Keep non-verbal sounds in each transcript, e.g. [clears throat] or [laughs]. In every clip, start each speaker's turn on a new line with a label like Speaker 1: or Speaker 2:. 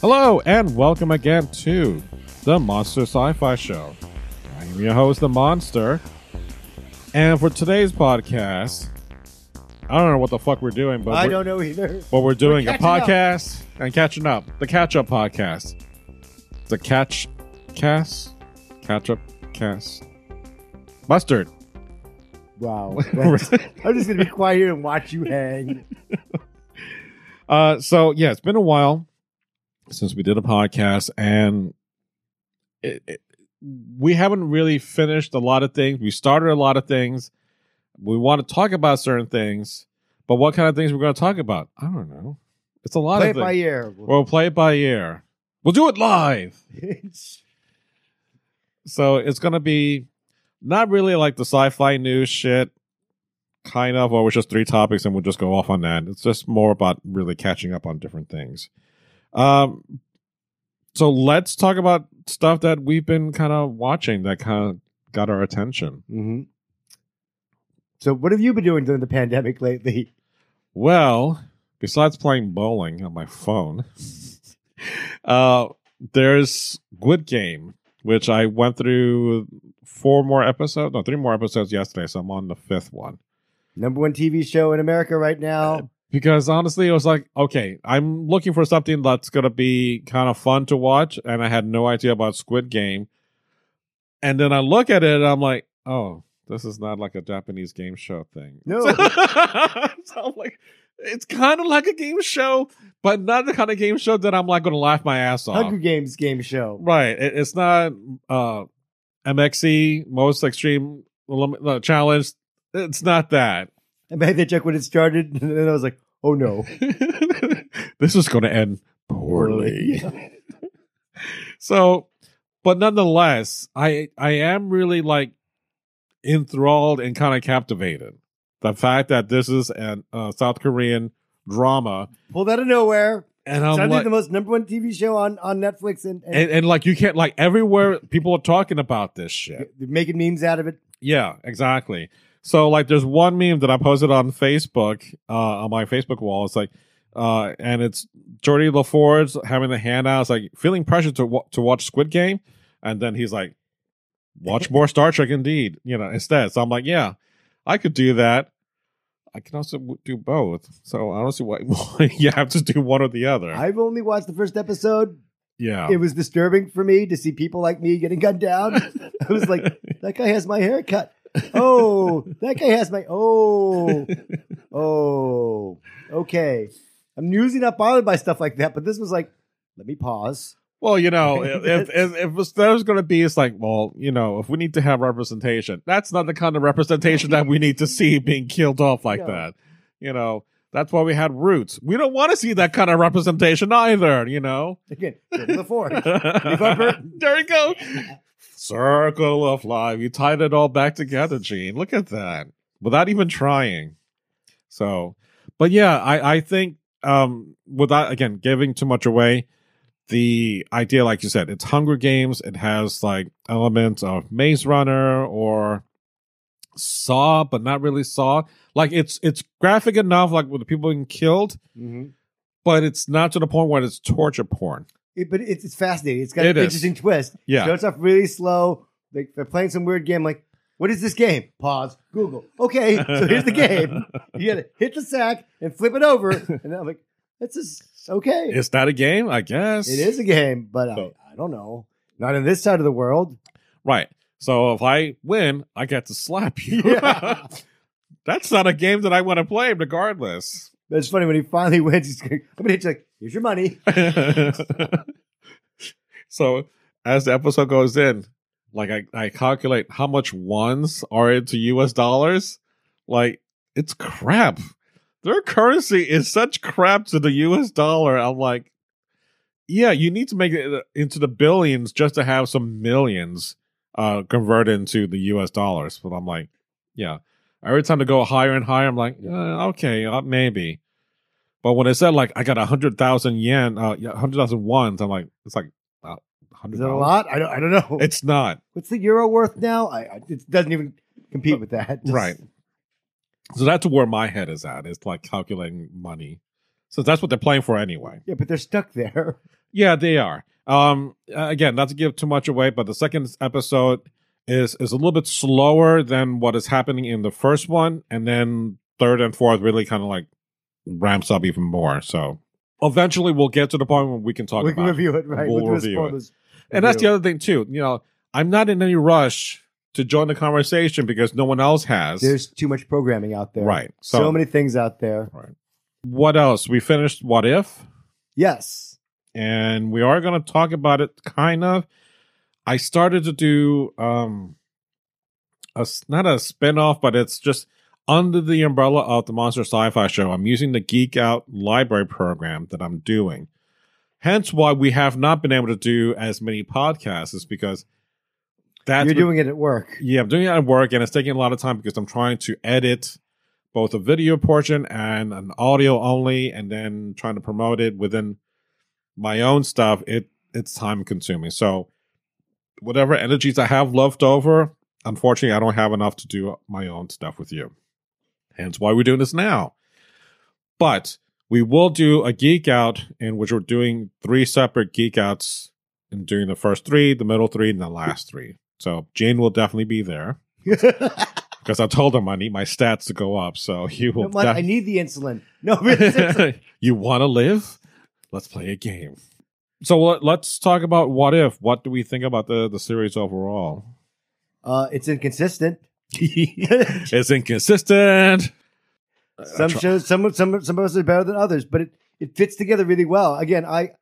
Speaker 1: Hello, and welcome again to the Monster Sci Fi Show. I am your host, The Monster. And for today's podcast, I don't know what the fuck we're doing, but
Speaker 2: I
Speaker 1: we're,
Speaker 2: don't know either.
Speaker 1: but we're doing a
Speaker 2: catching up.
Speaker 1: podcast and catching up. The catch up podcast. The catch cast? Catch up cast. Mustard.
Speaker 2: Wow. [laughs]
Speaker 1: [laughs]
Speaker 2: I'm just going to be quiet here and watch you hang.
Speaker 1: Uh, so yeah, it's been a while since we did a podcast, and it, it, we haven't really finished a lot of things. We started a lot of things. We want to talk about certain things, but what kind of things we're going to talk about? I don't know. It's a lot of
Speaker 2: Play it
Speaker 1: things.
Speaker 2: by ear. [laughs]
Speaker 1: We'll play it by ear. We'll do it live. So it's going to be not really like the sci-fi news shit, kind of, or it's just three topics and we'll just go off on that. It's just more about really catching up on different things. Um, so let's talk about stuff that we've been kind of watching that kind of got our attention.
Speaker 2: hmm So, what have you been doing during the pandemic lately?
Speaker 1: Well, besides playing bowling on my phone, [laughs] uh, there's Good Game, which I went through four more episodes, no, three more episodes yesterday, so I'm on the fifth one.
Speaker 2: Number one TV show in America
Speaker 1: [laughs]
Speaker 2: right now.
Speaker 1: because honestly it was like okay i'm looking for something that's going to be kind of fun to watch and i had no idea about squid game and then i look at it and i'm like oh this is not like a japanese game show thing
Speaker 2: No.
Speaker 1: [laughs] so i'm like it's kind of like a game show but not the kind of game show that i'm like going to laugh my ass off
Speaker 2: Hunger Games game show.
Speaker 1: right it, it's not uh mxe most extreme Elim- uh, challenge it's not that
Speaker 2: I made the check when it started, [laughs] and then I was like, oh no.
Speaker 1: [laughs] this is going to end poorly. so, but nonetheless, I I am really like enthralled and kind of captivated. The fact that this is an uh, South Korean drama,
Speaker 2: [laughs] Pulled out of nowhere.
Speaker 1: and
Speaker 2: It's
Speaker 1: I'm
Speaker 2: like,
Speaker 1: like,
Speaker 2: the most number one TV show on, on Netflix and, and,
Speaker 1: and, and like you can't like everywhere people are talking about this shit.
Speaker 2: they're making memes out of it.
Speaker 1: Yeah, exactly. So like there's one meme that I posted on Facebook, uh, on my Facebook wall. It's like uh, and it's Jordy LaForge having the handouts, like feeling pressure to wa- to watch Squid Game, and then he's like, "Watch more Star Trek, indeed." You know, instead. So I'm like, "Yeah, I could do that. I can also w- do both." So I don't see why [laughs] you have to do one or the other.
Speaker 2: I've only watched the first episode.
Speaker 1: yeah,
Speaker 2: It was disturbing for me to see people like me getting gunned down. I was like, that guy has my haircut. Oh, that guy has my oh oh. Okay, I'm usually not bothered by stuff like that, but this was like, let me pause.
Speaker 1: Well, you know, if if, if, if there's going to be, it's like, well, you know, if we need to have representation, that's not the kind of representation that we need to see being killed off like
Speaker 2: No.
Speaker 1: that. You know, that's why we had roots. We don't want to see that kind of representation either. You know,
Speaker 2: Again, go to the fork. upper.
Speaker 1: [laughs] there you go. Circle of life. You tied it all back together, Gene. Look at that. Without even trying. So, but yeah, I, I think um without again giving too much away, the idea, like you said, it's Hunger Games. It has like elements of Maze Runner or Saw, but not really Saw. Like it's it's graphic enough, like with the people being killed,
Speaker 2: Mhm.
Speaker 1: but it's not to the point where it's torture porn.
Speaker 2: It- but it's, it's fascinating. It's got
Speaker 1: It
Speaker 2: an
Speaker 1: is.
Speaker 2: interesting twist.
Speaker 1: Yeah.
Speaker 2: starts off really slow. They, they're playing some weird game. Like, what is this game? Pause. Google. Okay, so here's the
Speaker 1: [laughs]
Speaker 2: game. You gotta hit the sack and flip it over, and I'm like, that's just okay.
Speaker 1: Is that a game? I guess
Speaker 2: It is a game, but
Speaker 1: So-
Speaker 2: I, I don't know. Not in this side of the world.
Speaker 1: Right. So if I win, I get to slap you.
Speaker 2: Yeah.
Speaker 1: [laughs] That's not a game that I want to play, regardless. [laughs]
Speaker 2: But it's funny when he finally [laughs] wins. He's going, I'm gonna hit you like, here's your money.
Speaker 1: so as the episode goes in, like I, I calculate how much ones are into US dollars. Like it's crap. Their currency is such crap to the US dollar. I'm like, yeah, you need to make it uh, into the billions just to have some millions uh converted into the US dollars. But I'm like, yeah. Every time to go higher and higher, I'm like, uh, okay, uh, maybe. But when it said like I got a hundred thousand yen, uh, hundred thousand ones, I'm like, it's like uh, hundred.
Speaker 2: Is it a lot? I don't, I don't know.
Speaker 1: It's not.
Speaker 2: What's the euro worth now? I, I it doesn't even compete with that. Just-
Speaker 1: Uh, Right. So that's where my head is at. It's like calculating money. So that's what they're playing for anyway.
Speaker 2: [laughs] Yeah, but they're stuck there.
Speaker 1: Yeah, they are. Um, uh, again, not to give too much away, but the second episode is is a little bit slower than what is happening in the first one, and then third and fourth really kind of like ramps up even more. So eventually, we'll get to the point where we can talk
Speaker 2: we
Speaker 1: about.
Speaker 2: can
Speaker 1: it.
Speaker 2: review it, right?
Speaker 1: We'll
Speaker 2: do a
Speaker 1: review it.
Speaker 2: spoilers
Speaker 1: And that's the
Speaker 2: review.
Speaker 1: other thing too. You know, I'm not in any rush to join the conversation because no one else has.
Speaker 2: There's too much programming out there.
Speaker 1: right.
Speaker 2: So, many things out there.
Speaker 1: What else? We finished What If,
Speaker 2: Yes.
Speaker 1: and we are going to talk about it kind of. I started to do um a s- not a spin-off, but it's just under the umbrella of the Monster Sci-Fi show. I'm using the Geek Out library program that I'm doing. Hence why we have not been able to do as many podcasts is because that's
Speaker 2: You're
Speaker 1: what-
Speaker 2: doing it at work. [laughs]
Speaker 1: yeah, I'm doing it at work and it's taking a lot of time because I'm trying to edit both a video portion and an audio only and then trying to promote it within my own stuff. It it's time consuming. So whatever energies I have left over, unfortunately I don't have enough to do my own stuff with you. Hence why we're doing this now. But we will do a geek out in which we're doing three separate geek outs and doing the first three, the middle three, and the last three. So Jane will definitely be there because I told him I need my stats to go up. So [laughs] you will.
Speaker 2: I'm like, I
Speaker 1: def-
Speaker 2: need the insulin. No,
Speaker 1: [laughs]
Speaker 2: it's-
Speaker 1: you want to live? Let's play a game. So let, let's talk about what if. What do we think about the the series
Speaker 2: [laughs]
Speaker 1: overall?
Speaker 2: uh, it's inconsistent.
Speaker 1: it's inconsistent. Uh,
Speaker 2: some
Speaker 1: tr-
Speaker 2: shows some some some of us are better than others but it it fits together really well again i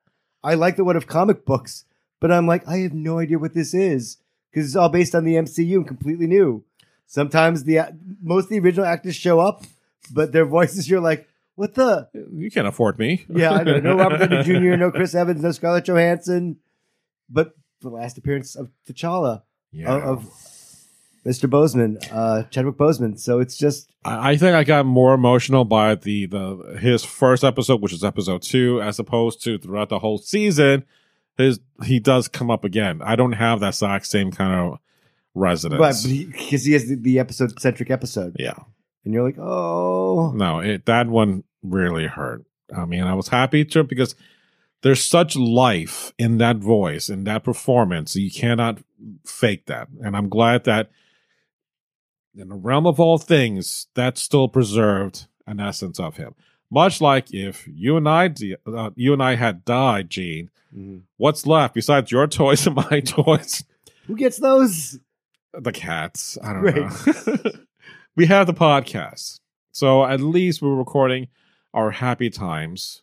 Speaker 2: i like the one of comic books but i'm like i have no idea what this is because it's all based on the mcu and completely new sometimes the a- most of the original actors show up but their [laughs] voices you're like what the
Speaker 1: you can't afford me.
Speaker 2: yeah i know no robert
Speaker 1: [laughs]
Speaker 2: downey jr no chris evans no scarlett johansson but the last appearance of t'challa
Speaker 1: Yeah.
Speaker 2: of, of mr bozeman uh chadwick bozeman so it's just
Speaker 1: I I think I got more emotional by the the his first episode, which is episode two, as opposed to throughout the whole season. His he does come up again. I don't have that exact same kind of
Speaker 2: right
Speaker 1: resonance.
Speaker 2: because he has the, the episode centric episode
Speaker 1: yeah, Mm.
Speaker 2: and you're like, oh,
Speaker 1: no, it, that one really hurt. I mean, I was happy to because there's such life in that voice in that performance. You cannot fake that, and I'm glad that in the realm of all things, that's still preserved an essence of him. Much like if you and I, de- uh, you and I had died, Gene,
Speaker 2: Mm-hmm.
Speaker 1: what's left besides your [laughs] toys and my toys?
Speaker 2: who gets those?
Speaker 1: The cats. I don't know. [laughs] we have the podcast, so at least we're recording our happy times,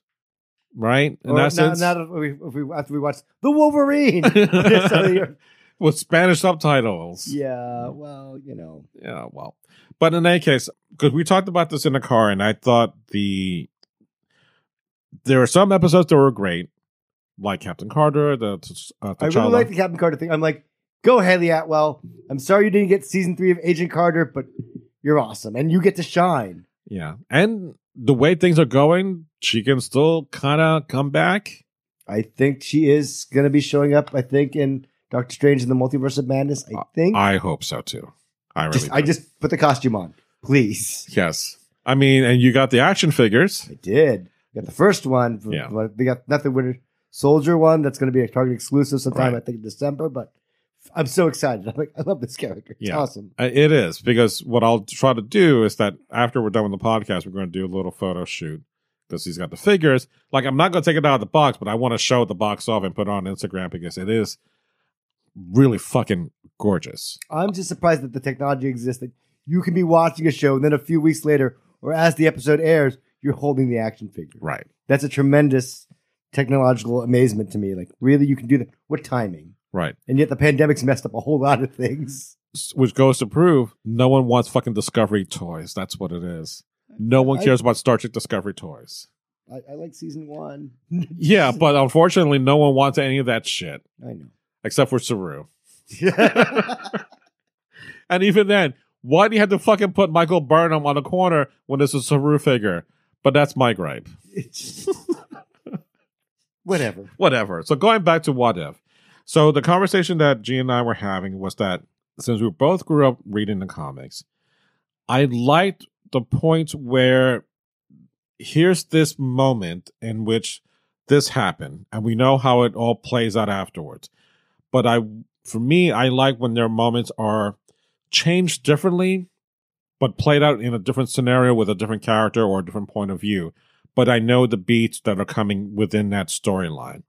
Speaker 1: right? In
Speaker 2: Or
Speaker 1: that
Speaker 2: not,
Speaker 1: sense, [laughs]
Speaker 2: not if we, if we after we watch the Wolverine. [laughs] So you're-
Speaker 1: with Spanish subtitles.
Speaker 2: yeah, well, you know,
Speaker 1: yeah well but in any case because we talked about this in the car and i thought the there are some episodes that were great like captain carter the t- uh,
Speaker 2: I really
Speaker 1: T'Challa.
Speaker 2: like the Captain Carter thing. I'm like, go Haley Atwell. I'm sorry you didn't get season three of Agent Carter, but you're awesome and you get to shine.
Speaker 1: yeah and the way things are going she can still kind of come back
Speaker 2: I think she is going to be showing up. I think in Doctor Strange and the Multiverse of Madness. I think
Speaker 1: i hope so too i really
Speaker 2: just, I
Speaker 1: do.
Speaker 2: just put the costume on, please.
Speaker 1: yes i mean and you got the action figures
Speaker 2: I did. We got the first one. From,
Speaker 1: Yeah.
Speaker 2: We got nothing Winter Soldier one. That's going to be a Target exclusive sometime,
Speaker 1: Right.
Speaker 2: I think, in December. But I'm so excited. [laughs] I'm like, I love this character. It's
Speaker 1: Yeah.
Speaker 2: awesome.
Speaker 1: Uh, It is because what I'll try to do is that after we're done with the podcast, we're going to do a little photo shoot because he's got the figures. Like I'm not going to take it out of the box, but I want to show the box off and put it on Instagram because it is really fucking gorgeous.
Speaker 2: I'm just surprised that the technology exists that you can be watching a show and then a few weeks later, or as the episode airs, you're holding the action figure.
Speaker 1: Right,
Speaker 2: That's a tremendous technological amazement to me. Like, really, you can do that? What timing?
Speaker 1: right.
Speaker 2: And yet, the pandemic's messed up a whole lot of things.
Speaker 1: S- Which goes to prove no one wants fucking Discovery toys. That's what it is. No one
Speaker 2: I- [laughs]
Speaker 1: cares about Star Trek Discovery toys.
Speaker 2: I, I like season one.
Speaker 1: Yeah, but unfortunately, no one wants any of that shit
Speaker 2: I know.
Speaker 1: except for Saru. [laughs] and even then, why do you have to fucking put Michael Burnham on a corner when it's a Saru figure? But that's my gripe.
Speaker 2: It's just- [laughs] Whatever.
Speaker 1: whatever. So going back to what if. So the conversation that Gene and I were having was that since we both grew up reading the comics, I liked the point where here's this moment in which this happened, and we know how it all plays out afterwards. But I, for me, I like when their moments are changed differently, but played out in a different scenario with a different character or a different point of view but I know the beats that are coming within that storyline.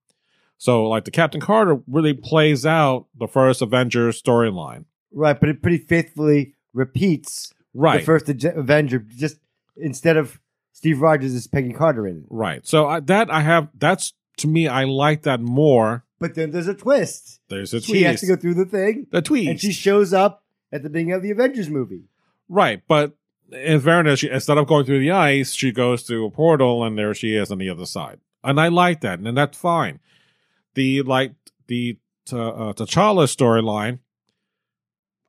Speaker 1: So, like the Captain Carter really plays out the first Avengers storyline,
Speaker 2: Right, but it pretty faithfully repeats
Speaker 1: right?
Speaker 2: the first Ag- Avenger. Just instead of Steve Rogers, it's Peggy Carter in it.
Speaker 1: right. So I, that I have that's to me, I like that more.
Speaker 2: But then there's a twist.
Speaker 1: There's a
Speaker 2: She has
Speaker 1: tweet,
Speaker 2: to go through the thing,
Speaker 1: the tweet,
Speaker 2: and she shows up at the beginning of the Avengers movie.
Speaker 1: right? But in fairness, she, instead of going through the ice, she goes through a portal, and there she is on the other side. And I like that, and that's fine. The like the t- uh, T'Challa storyline,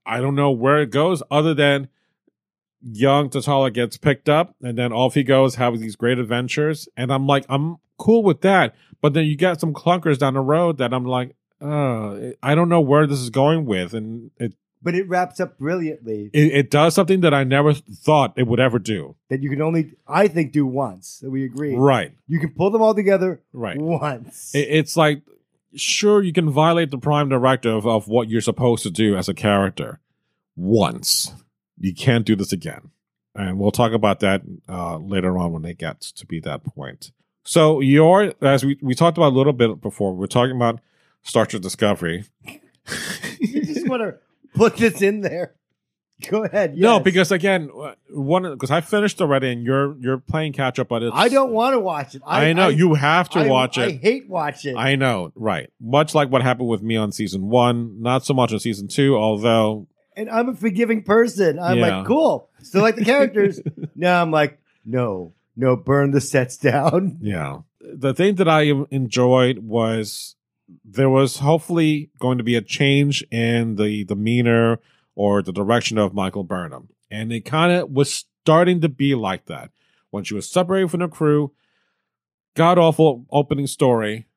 Speaker 1: I don't know where it goes, other than young T'Challa gets picked up, and then off he goes, having these great adventures. And I'm like, I'm cool with that. But then you got some clunkers down the road that I'm like, uh, I don't know where this is going with, and it
Speaker 2: But it wraps up brilliantly
Speaker 1: it, it does something that I never thought it would ever do.
Speaker 2: that you can only, I think, do once. So we agree.
Speaker 1: Right,
Speaker 2: You can pull them all together
Speaker 1: right.
Speaker 2: once.
Speaker 1: It, it's like, sure, you can violate the prime directive of what you're supposed to do as a character once. You can't do this again. And we'll talk about that uh, later on when it gets to be that point. So, your, as we, we talked about a little bit before, we we're talking about Star Trek Discovery.
Speaker 2: [laughs] you just want to put this in there. [laughs] Go ahead.
Speaker 1: No,
Speaker 2: yes.
Speaker 1: because again, one because I finished already, and you're you're playing catch up, but it's
Speaker 2: I don't want to watch it.
Speaker 1: I, know you have to
Speaker 2: I-
Speaker 1: watch
Speaker 2: I
Speaker 1: it.
Speaker 2: hate watching.
Speaker 1: I know, right. Much like what happened with me on season one, not so much on season two, although
Speaker 2: and I'm a forgiving person. I'm
Speaker 1: Yeah.
Speaker 2: like, cool. Still like
Speaker 1: [laughs]
Speaker 2: the characters. now I'm like, no, no, burn the sets down.
Speaker 1: yeah. The thing that I enjoyed was there was hopefully going to be a change in the demeanor or the direction of Michael Burnham. And it kind of was starting to be like that. When she was separated from the crew, god awful opening story.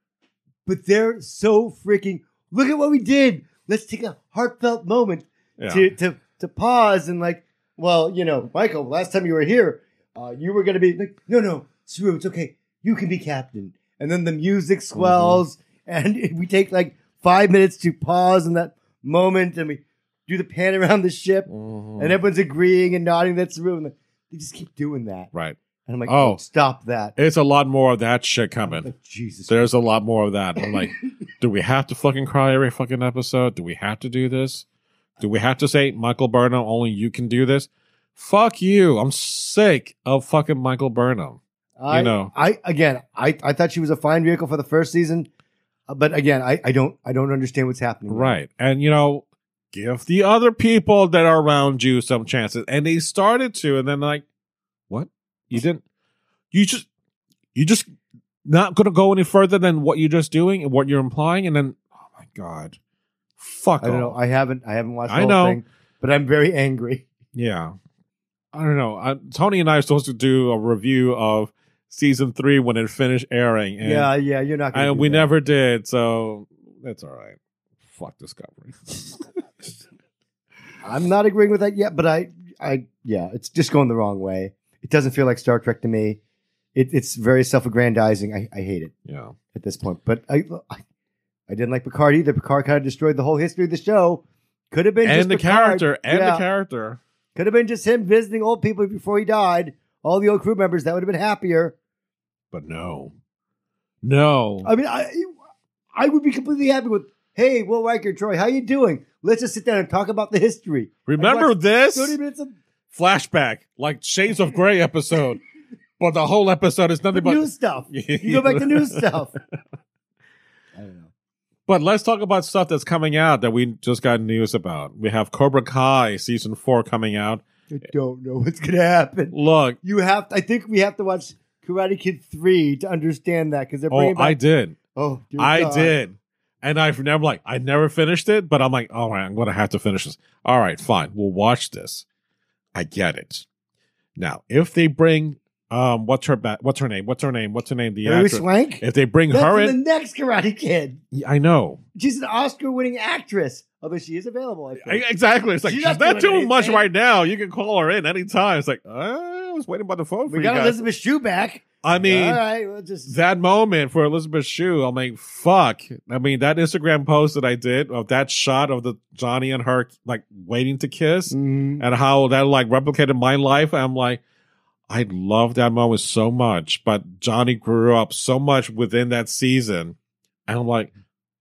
Speaker 2: But they're so freaking. Look at what we did. Let's take a heartfelt moment
Speaker 1: Yeah.
Speaker 2: to, to to pause and like, well, you know, Michael, last time you were here, uh, you were gonna be like, no, no, Saru, it's okay. You can be captain. And then the music swells, and [laughs] we take like five minutes to pause in that moment, and we do the pan around the ship,
Speaker 1: Mhm.
Speaker 2: and everyone's agreeing and nodding. That's the room. They just keep doing that,
Speaker 1: right.
Speaker 2: and I'm like,
Speaker 1: Oh.
Speaker 2: oh, stop that!
Speaker 1: It's a lot more of that shit coming.
Speaker 2: Like, Jesus,
Speaker 1: There's a lot more of that. I'm
Speaker 2: [laughs]
Speaker 1: like, do we have to fucking cry every fucking episode? Do we have to do this? Do we have to say, Michael Burnham, only you can do this? Fuck you. I'm sick of fucking Michael Burnham.
Speaker 2: I
Speaker 1: know.
Speaker 2: I again, I I thought she was a fine vehicle for the first season, uh, but again, I I don't I don't understand what's happening.
Speaker 1: Right. And, you know, give the other people that are around you some chances. And they started to, and then, like, what? You didn't, you just, you just not going to go any further than what you're just doing and what you're implying. And then, oh my God. Fuck
Speaker 2: I don't know.
Speaker 1: off.
Speaker 2: I haven't. I haven't watched. The
Speaker 1: I
Speaker 2: whole
Speaker 1: know.
Speaker 2: thing, but I'm very angry.
Speaker 1: Yeah. I don't know. I, Tony and I are supposed to do a review of season three when it finished airing. And,
Speaker 2: yeah, yeah. You're not. Gonna
Speaker 1: and
Speaker 2: do
Speaker 1: we
Speaker 2: that.
Speaker 1: never did. So that's all right. Fuck Discovery. [laughs]
Speaker 2: I'm not agreeing with that yet, but I I yeah, it's just going the wrong way. It doesn't feel like Star Trek to me. It, it's very self-aggrandizing. I, I hate it
Speaker 1: yeah.
Speaker 2: at this point. But I, I I didn't like Picard either. Picard kind of destroyed the whole history of the show. Could have been just
Speaker 1: And the
Speaker 2: Picard.
Speaker 1: character. And
Speaker 2: Yeah.
Speaker 1: the character.
Speaker 2: Could have been just him visiting old people before he died. All the old crew members that would have been happier.
Speaker 1: But no. No.
Speaker 2: I mean, I I would be completely happy with, hey, Will Riker, Troy, how you doing? Let's just sit down and talk about the history.
Speaker 1: Remember
Speaker 2: watched
Speaker 1: this?
Speaker 2: Thirty minutes of
Speaker 1: Flashback. Like Shades of Grey episode. but the whole episode is nothing but. [laughs]
Speaker 2: new stuff. You go back to new stuff. I don't know.
Speaker 1: But let's talk about stuff that's coming out that we just got news about. We have Cobra Kai season four coming out.
Speaker 2: I don't know what's gonna happen.
Speaker 1: Look,
Speaker 2: You have. I think we have to watch Karate Kid three to understand that because they're
Speaker 1: Oh,
Speaker 2: bringing
Speaker 1: I
Speaker 2: back.
Speaker 1: did.
Speaker 2: oh, dear
Speaker 1: I
Speaker 2: God.
Speaker 1: did. And I've never like I never finished it, but I'm like, all right, I'm gonna have to finish this. All right, fine. We'll watch this. I get it. Now, if they bring um what's her ba- what's her name? What's her name? What's her name? The
Speaker 2: Hilary
Speaker 1: actress.
Speaker 2: Swank.
Speaker 1: If they bring
Speaker 2: That's
Speaker 1: her
Speaker 2: in the
Speaker 1: in,
Speaker 2: next Karate Kid.
Speaker 1: Yeah, I know.
Speaker 2: She's an Oscar-winning actress, although she is available. I
Speaker 1: I-
Speaker 2: think.
Speaker 1: E, exactly. It's like
Speaker 2: She's
Speaker 1: she's
Speaker 2: not
Speaker 1: not,
Speaker 2: doing
Speaker 1: doing much
Speaker 2: anything.
Speaker 1: right now. You can call her in anytime. It's like, uh, I was waiting by the phone for
Speaker 2: we
Speaker 1: you
Speaker 2: got
Speaker 1: guys.
Speaker 2: Elizabeth Shue back.
Speaker 1: I mean,
Speaker 2: all right, we'll just
Speaker 1: that moment for Elizabeth Shue, I'm like, fuck. I mean, that Instagram post that I did of that shot of the Johnny and her like waiting to kiss
Speaker 2: Mm.
Speaker 1: and how that like replicated my life. I'm like, I love that moment so much, but Johnny grew up so much within that season. And I'm like,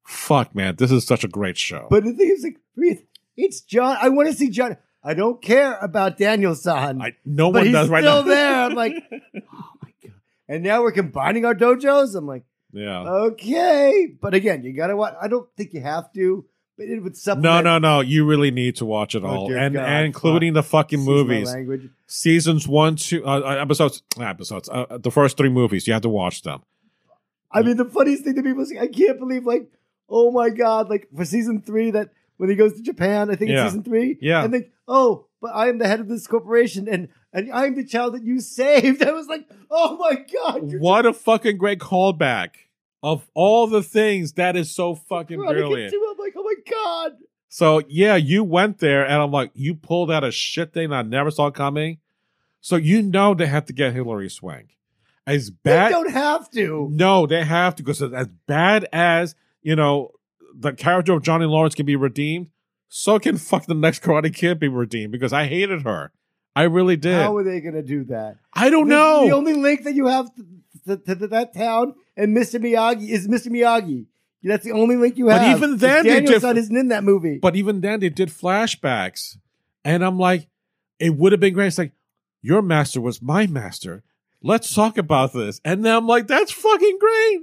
Speaker 1: fuck, man, this is such a great show.
Speaker 2: But the thing is, like, breathe. It's John. I want to see John. I don't care about Daniel San.
Speaker 1: I, no
Speaker 2: but
Speaker 1: one
Speaker 2: he's
Speaker 1: does right now.
Speaker 2: still there. I'm like, oh my god. And now we're combining our dojos. I'm like,
Speaker 1: [laughs] yeah.
Speaker 2: okay. But again, you gotta watch. I don't think you have to, but it would
Speaker 1: no,
Speaker 2: supplement.
Speaker 1: no, no. You really need to watch it
Speaker 2: Oh,
Speaker 1: all,
Speaker 2: dear
Speaker 1: and,
Speaker 2: God,
Speaker 1: and including the fucking
Speaker 2: Excuse my
Speaker 1: movies.
Speaker 2: Language.
Speaker 1: seasons one, two uh, uh, episodes, not episodes, uh, the first three movies. You have to watch them.
Speaker 2: I mean, the funniest thing to people is, I can't believe, like, oh my god, like for season three, that when he goes to Japan, I think
Speaker 1: Yeah.
Speaker 2: it's season three,
Speaker 1: Yeah.
Speaker 2: and like, oh, but I am the head of this corporation, and and I'm the child that you saved. [laughs] I was like, oh my god, you're
Speaker 1: What a fucking great callback! Of all the things, that is so fucking
Speaker 2: trying to get
Speaker 1: brilliant.
Speaker 2: to- I'm like, oh my god.
Speaker 1: So yeah, you went there, and I'm like, you pulled out a shit thing I never saw coming. So you know they have to get Hillary Swank. As
Speaker 2: they
Speaker 1: bad,
Speaker 2: don't have to.
Speaker 1: no, they have to because as bad as you know, the character of Johnny Lawrence can be redeemed. So can fuck the next Karate Kid be redeemed because I hated her. I really did.
Speaker 2: How are they going to do that?
Speaker 1: I don't
Speaker 2: The-
Speaker 1: know.
Speaker 2: The only link that you have to, to, to, to that town and Mr. Miyagi is Mr. Miyagi. That's the only link you
Speaker 1: But
Speaker 2: have.
Speaker 1: even then they
Speaker 2: Daniel's
Speaker 1: diff-
Speaker 2: son isn't in that movie.
Speaker 1: But even then, they did flashbacks, and I'm like, it would have been great. It's like your master was my master. Let's talk about this. And then I'm like, that's fucking great.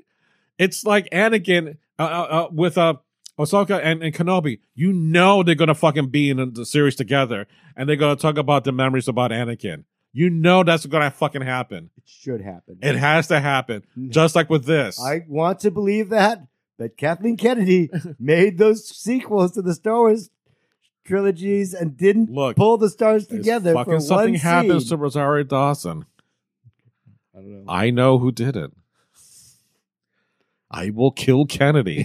Speaker 1: It's like Anakin uh, uh, uh, with uh, Osaka and, and Kenobi. You know they're gonna fucking be in the series together, and they're gonna talk about the memories about Anakin. You know that's gonna fucking happen.
Speaker 2: it should happen.
Speaker 1: It has to happen,
Speaker 2: No.
Speaker 1: just like with this.
Speaker 2: Mm. I want to believe that, but
Speaker 1: [laughs]
Speaker 2: Kathleen Kennedy made those sequels to the Star Wars trilogies and didn't
Speaker 1: Look,
Speaker 2: pull the stars
Speaker 1: There's
Speaker 2: together
Speaker 1: Fucking
Speaker 2: for
Speaker 1: something
Speaker 2: one
Speaker 1: happens
Speaker 2: scene.
Speaker 1: to Rosario Dawson.
Speaker 2: I don't know.
Speaker 1: [laughs] I know who did it. I will kill Kennedy.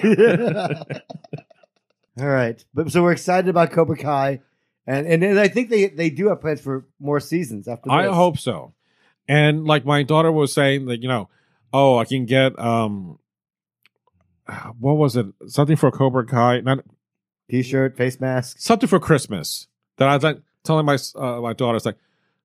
Speaker 2: [laughs] All right, but so we're excited about Cobra Kai, and and, and I think they they do have plans for more seasons after.
Speaker 1: I
Speaker 2: this.
Speaker 1: hope so. And like my daughter was saying that you know, oh, I can get um, uh, what was it? Something for Cobra Kai, not
Speaker 2: t-shirt, face masks.
Speaker 1: something for Christmas. That I was like telling my uh, my daughter, it's like,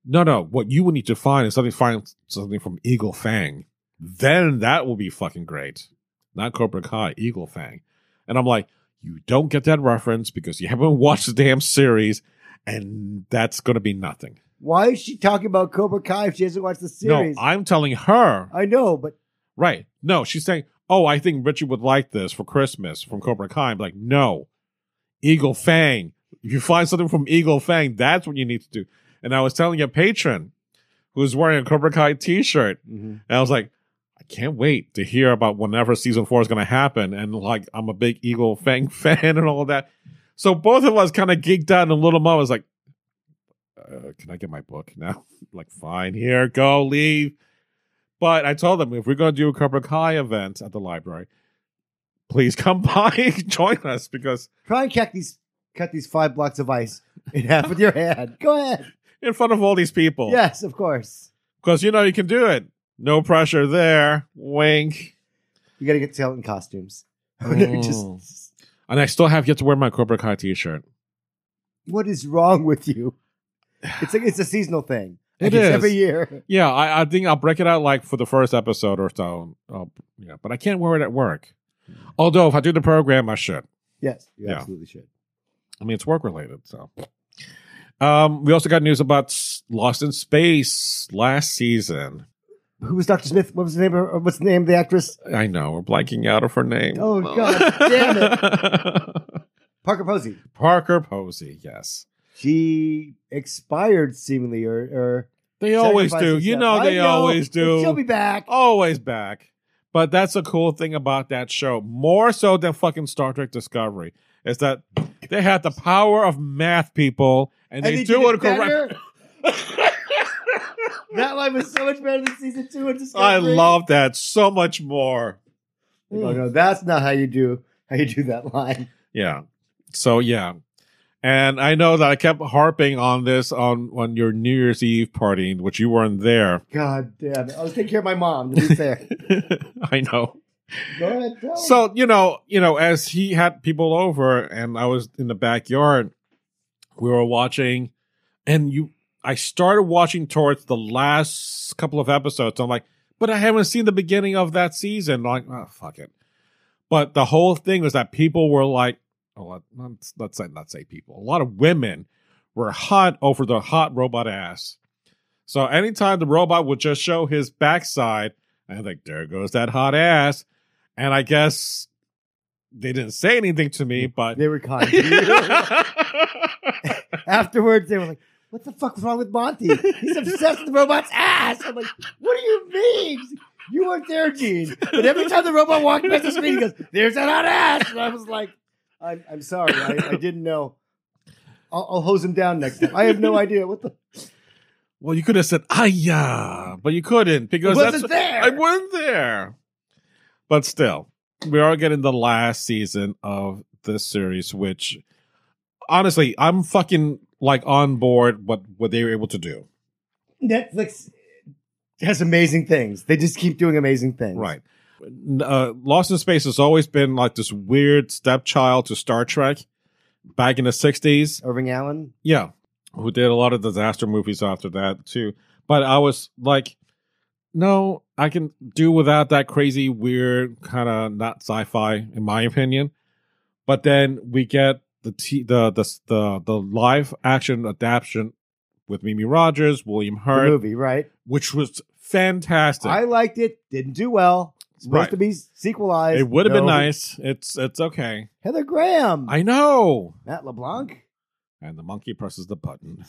Speaker 1: no, no, what you would need to find is something find something from Eagle Fang. Then that will be fucking great. Not Cobra Kai, Eagle Fang. And I'm like, you don't get that reference because you haven't watched the damn series, and that's gonna be nothing.
Speaker 2: Why is she talking about Cobra Kai if she hasn't watched the series?
Speaker 1: No, I'm telling her.
Speaker 2: I know, but
Speaker 1: Right. No, she's saying, Oh, I think Richard would like this for Christmas from Cobra Kai. I'm like, no. Eagle Fang. If you find something from Eagle Fang, that's what you need to do. And I was telling a patron who's wearing a Cobra Kai t shirt, and I was like, I can't wait to hear about whenever season four is going to happen. And like, I'm a big Eagle Fang fan [laughs] and all that. So both of us kind of geeked out in a little moment. I was like, uh, can I get my book now? [laughs] like, fine, here, go, leave. But I told them if we're going to do a Cobra Kai event at the library, please [laughs] come by and join us because
Speaker 2: try and cut these cut these five blocks of ice in [laughs] half with your hand. Go ahead.
Speaker 1: in front of all these people.
Speaker 2: Yes, of course.
Speaker 1: Because you know you can do it. No pressure there. Wink.
Speaker 2: You got to get to in costumes. [laughs]
Speaker 1: Oh.
Speaker 2: Just
Speaker 1: And I still have yet to wear my Cobra Kai t shirt.
Speaker 2: what is wrong with you? It's like it's a seasonal thing.
Speaker 1: It
Speaker 2: it's
Speaker 1: is.
Speaker 2: every year. [laughs]
Speaker 1: Yeah, I, I think I'll break it out like for the first episode or so. I'll, yeah, but I can't wear it at work.
Speaker 2: Hmm.
Speaker 1: Although if I do the program, I should.
Speaker 2: Yes, you
Speaker 1: Yeah.
Speaker 2: absolutely should.
Speaker 1: I mean, it's work related. So, um, we also got news about S- Lost in Space last season.
Speaker 2: Who was Dr. Smith? What was the name? Of, what's the name of the actress?
Speaker 1: I know we're blanking out of her name. [laughs]
Speaker 2: Oh, God damn
Speaker 1: it!
Speaker 2: Parker Posey.
Speaker 1: Parker Posey. Yes,
Speaker 2: She expired seemingly, or, or
Speaker 1: They always do.
Speaker 2: sacrifices
Speaker 1: You
Speaker 2: now.
Speaker 1: know
Speaker 2: I
Speaker 1: they always do. Oh,
Speaker 2: She'll be back.
Speaker 1: always back. But that's a cool thing about that show, more so than fucking Star Trek Discovery, is that they had the power of math people and, they,
Speaker 2: did
Speaker 1: do it correct.
Speaker 2: better. [laughs] that line was so much better than season two. And Discovery.
Speaker 1: I love that so much more.
Speaker 2: They go, no, that's not how you do how you do that line.
Speaker 1: Yeah. So yeah. And I know that I kept harping on this on on your New Year's Eve party, which you weren't there. [laughs]
Speaker 2: God damn it! I was taking care of my mom. To be fair,
Speaker 1: I know.
Speaker 2: go ahead. tell her.
Speaker 1: So you know, you know, as he had people over, and I was in the backyard, we were watching, and you, I started watching towards the last couple of episodes. I'm like, but I haven't seen the beginning of that season. like, oh fuck it. But the whole thing was that people were like, oh, let, us let's say not say people. A lot of women were hot over the hot robot ass. So anytime the robot would just show his backside, I think there goes that hot ass. And I guess they didn't say anything to me, but
Speaker 2: they were kind.
Speaker 1: [laughs]
Speaker 2: [laughs] Afterwards, they were like, "What the fuck was wrong with Monty? He's obsessed with the robot's ass." I'm like, "What do you mean? You weren't there, Gene." But every time the robot walked past the screen, he goes, "There's that hot ass," and I was like, "I'm, I'm sorry, I, I didn't know." I'll, I'll hose him down next time. I have no idea what the.
Speaker 1: well, you could have said "Aya," but you couldn't
Speaker 2: It
Speaker 1: because that's
Speaker 2: wasn't there.
Speaker 1: I wasn't there. But still, we are getting the last season of this series, which honestly, I'm fucking like on board what what they were able to do.
Speaker 2: Netflix has amazing things. They just keep doing amazing things.
Speaker 1: Right. Uh, Lost in Space has always been like this weird stepchild to Star Trek back in the 60s.
Speaker 2: Irving Allen.
Speaker 1: Yeah. Who did a lot of disaster movies after that too. But I was like, no, I can do without that crazy, weird, kind of not sci-fi, in my opinion. But then we get the t- the, the the the live action adaptation with Mimi Rogers, William
Speaker 2: The
Speaker 1: Hurt,
Speaker 2: movie, right?
Speaker 1: which was fantastic.
Speaker 2: I liked it. Didn't do well. It's supposed
Speaker 1: Right.
Speaker 2: to be sequelized.
Speaker 1: it would have been
Speaker 2: No.
Speaker 1: nice. It's it's okay.
Speaker 2: Heather Graham.
Speaker 1: I know.
Speaker 2: Matt LeBlanc.
Speaker 1: And the monkey presses the button.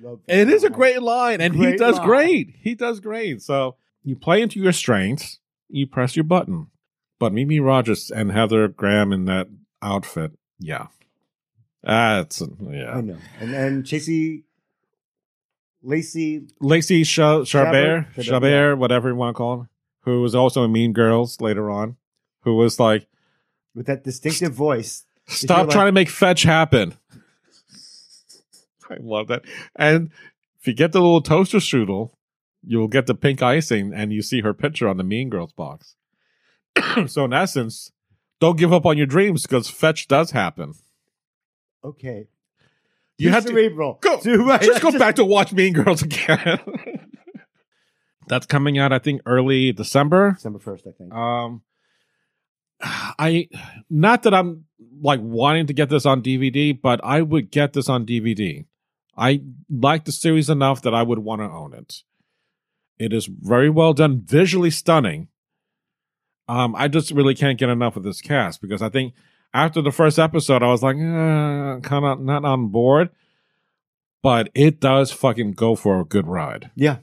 Speaker 2: Love
Speaker 1: It is a great line, and he
Speaker 2: Great
Speaker 1: does
Speaker 2: line.
Speaker 1: great. He does great. So you play into your strengths, you press your button. But Mimi Rogers and Heather Graham in that outfit, yeah, that's
Speaker 2: I
Speaker 1: yeah.
Speaker 2: know. And then Chasey Lacey.
Speaker 1: Lacey Cha- Chabert,
Speaker 2: Chabert,
Speaker 1: Chabert,
Speaker 2: yeah.
Speaker 1: whatever you want to call him, who was also in Mean Girls later on, who was like,
Speaker 2: With that distinctive voice,
Speaker 1: "Stop
Speaker 2: like-
Speaker 1: trying to make fetch happen." I love that. And if you get the little toaster strudel, you'll get the pink icing and you see her picture on the Mean Girls box. [clears throat] so in essence, don't give up on your dreams because fetch does happen.
Speaker 2: okay.
Speaker 1: You
Speaker 2: Too
Speaker 1: have to
Speaker 2: cerebral.
Speaker 1: go-
Speaker 2: Too-
Speaker 1: [laughs]
Speaker 2: right,
Speaker 1: just go
Speaker 2: that's
Speaker 1: back to watch Mean Girls again. [laughs] That's coming out, I think, early December.
Speaker 2: December first, I think.
Speaker 1: Um, [sighs] I not that I'm like wanting to get this on DVD, but I would get this on DVD. I like the series enough that I would want to own it. It is very well done, visually stunning. Um, I just really can't get enough of this cast because I think after the first episode, I was like, uh, kind of not on board, but it does fucking go for a good ride.
Speaker 2: yeah,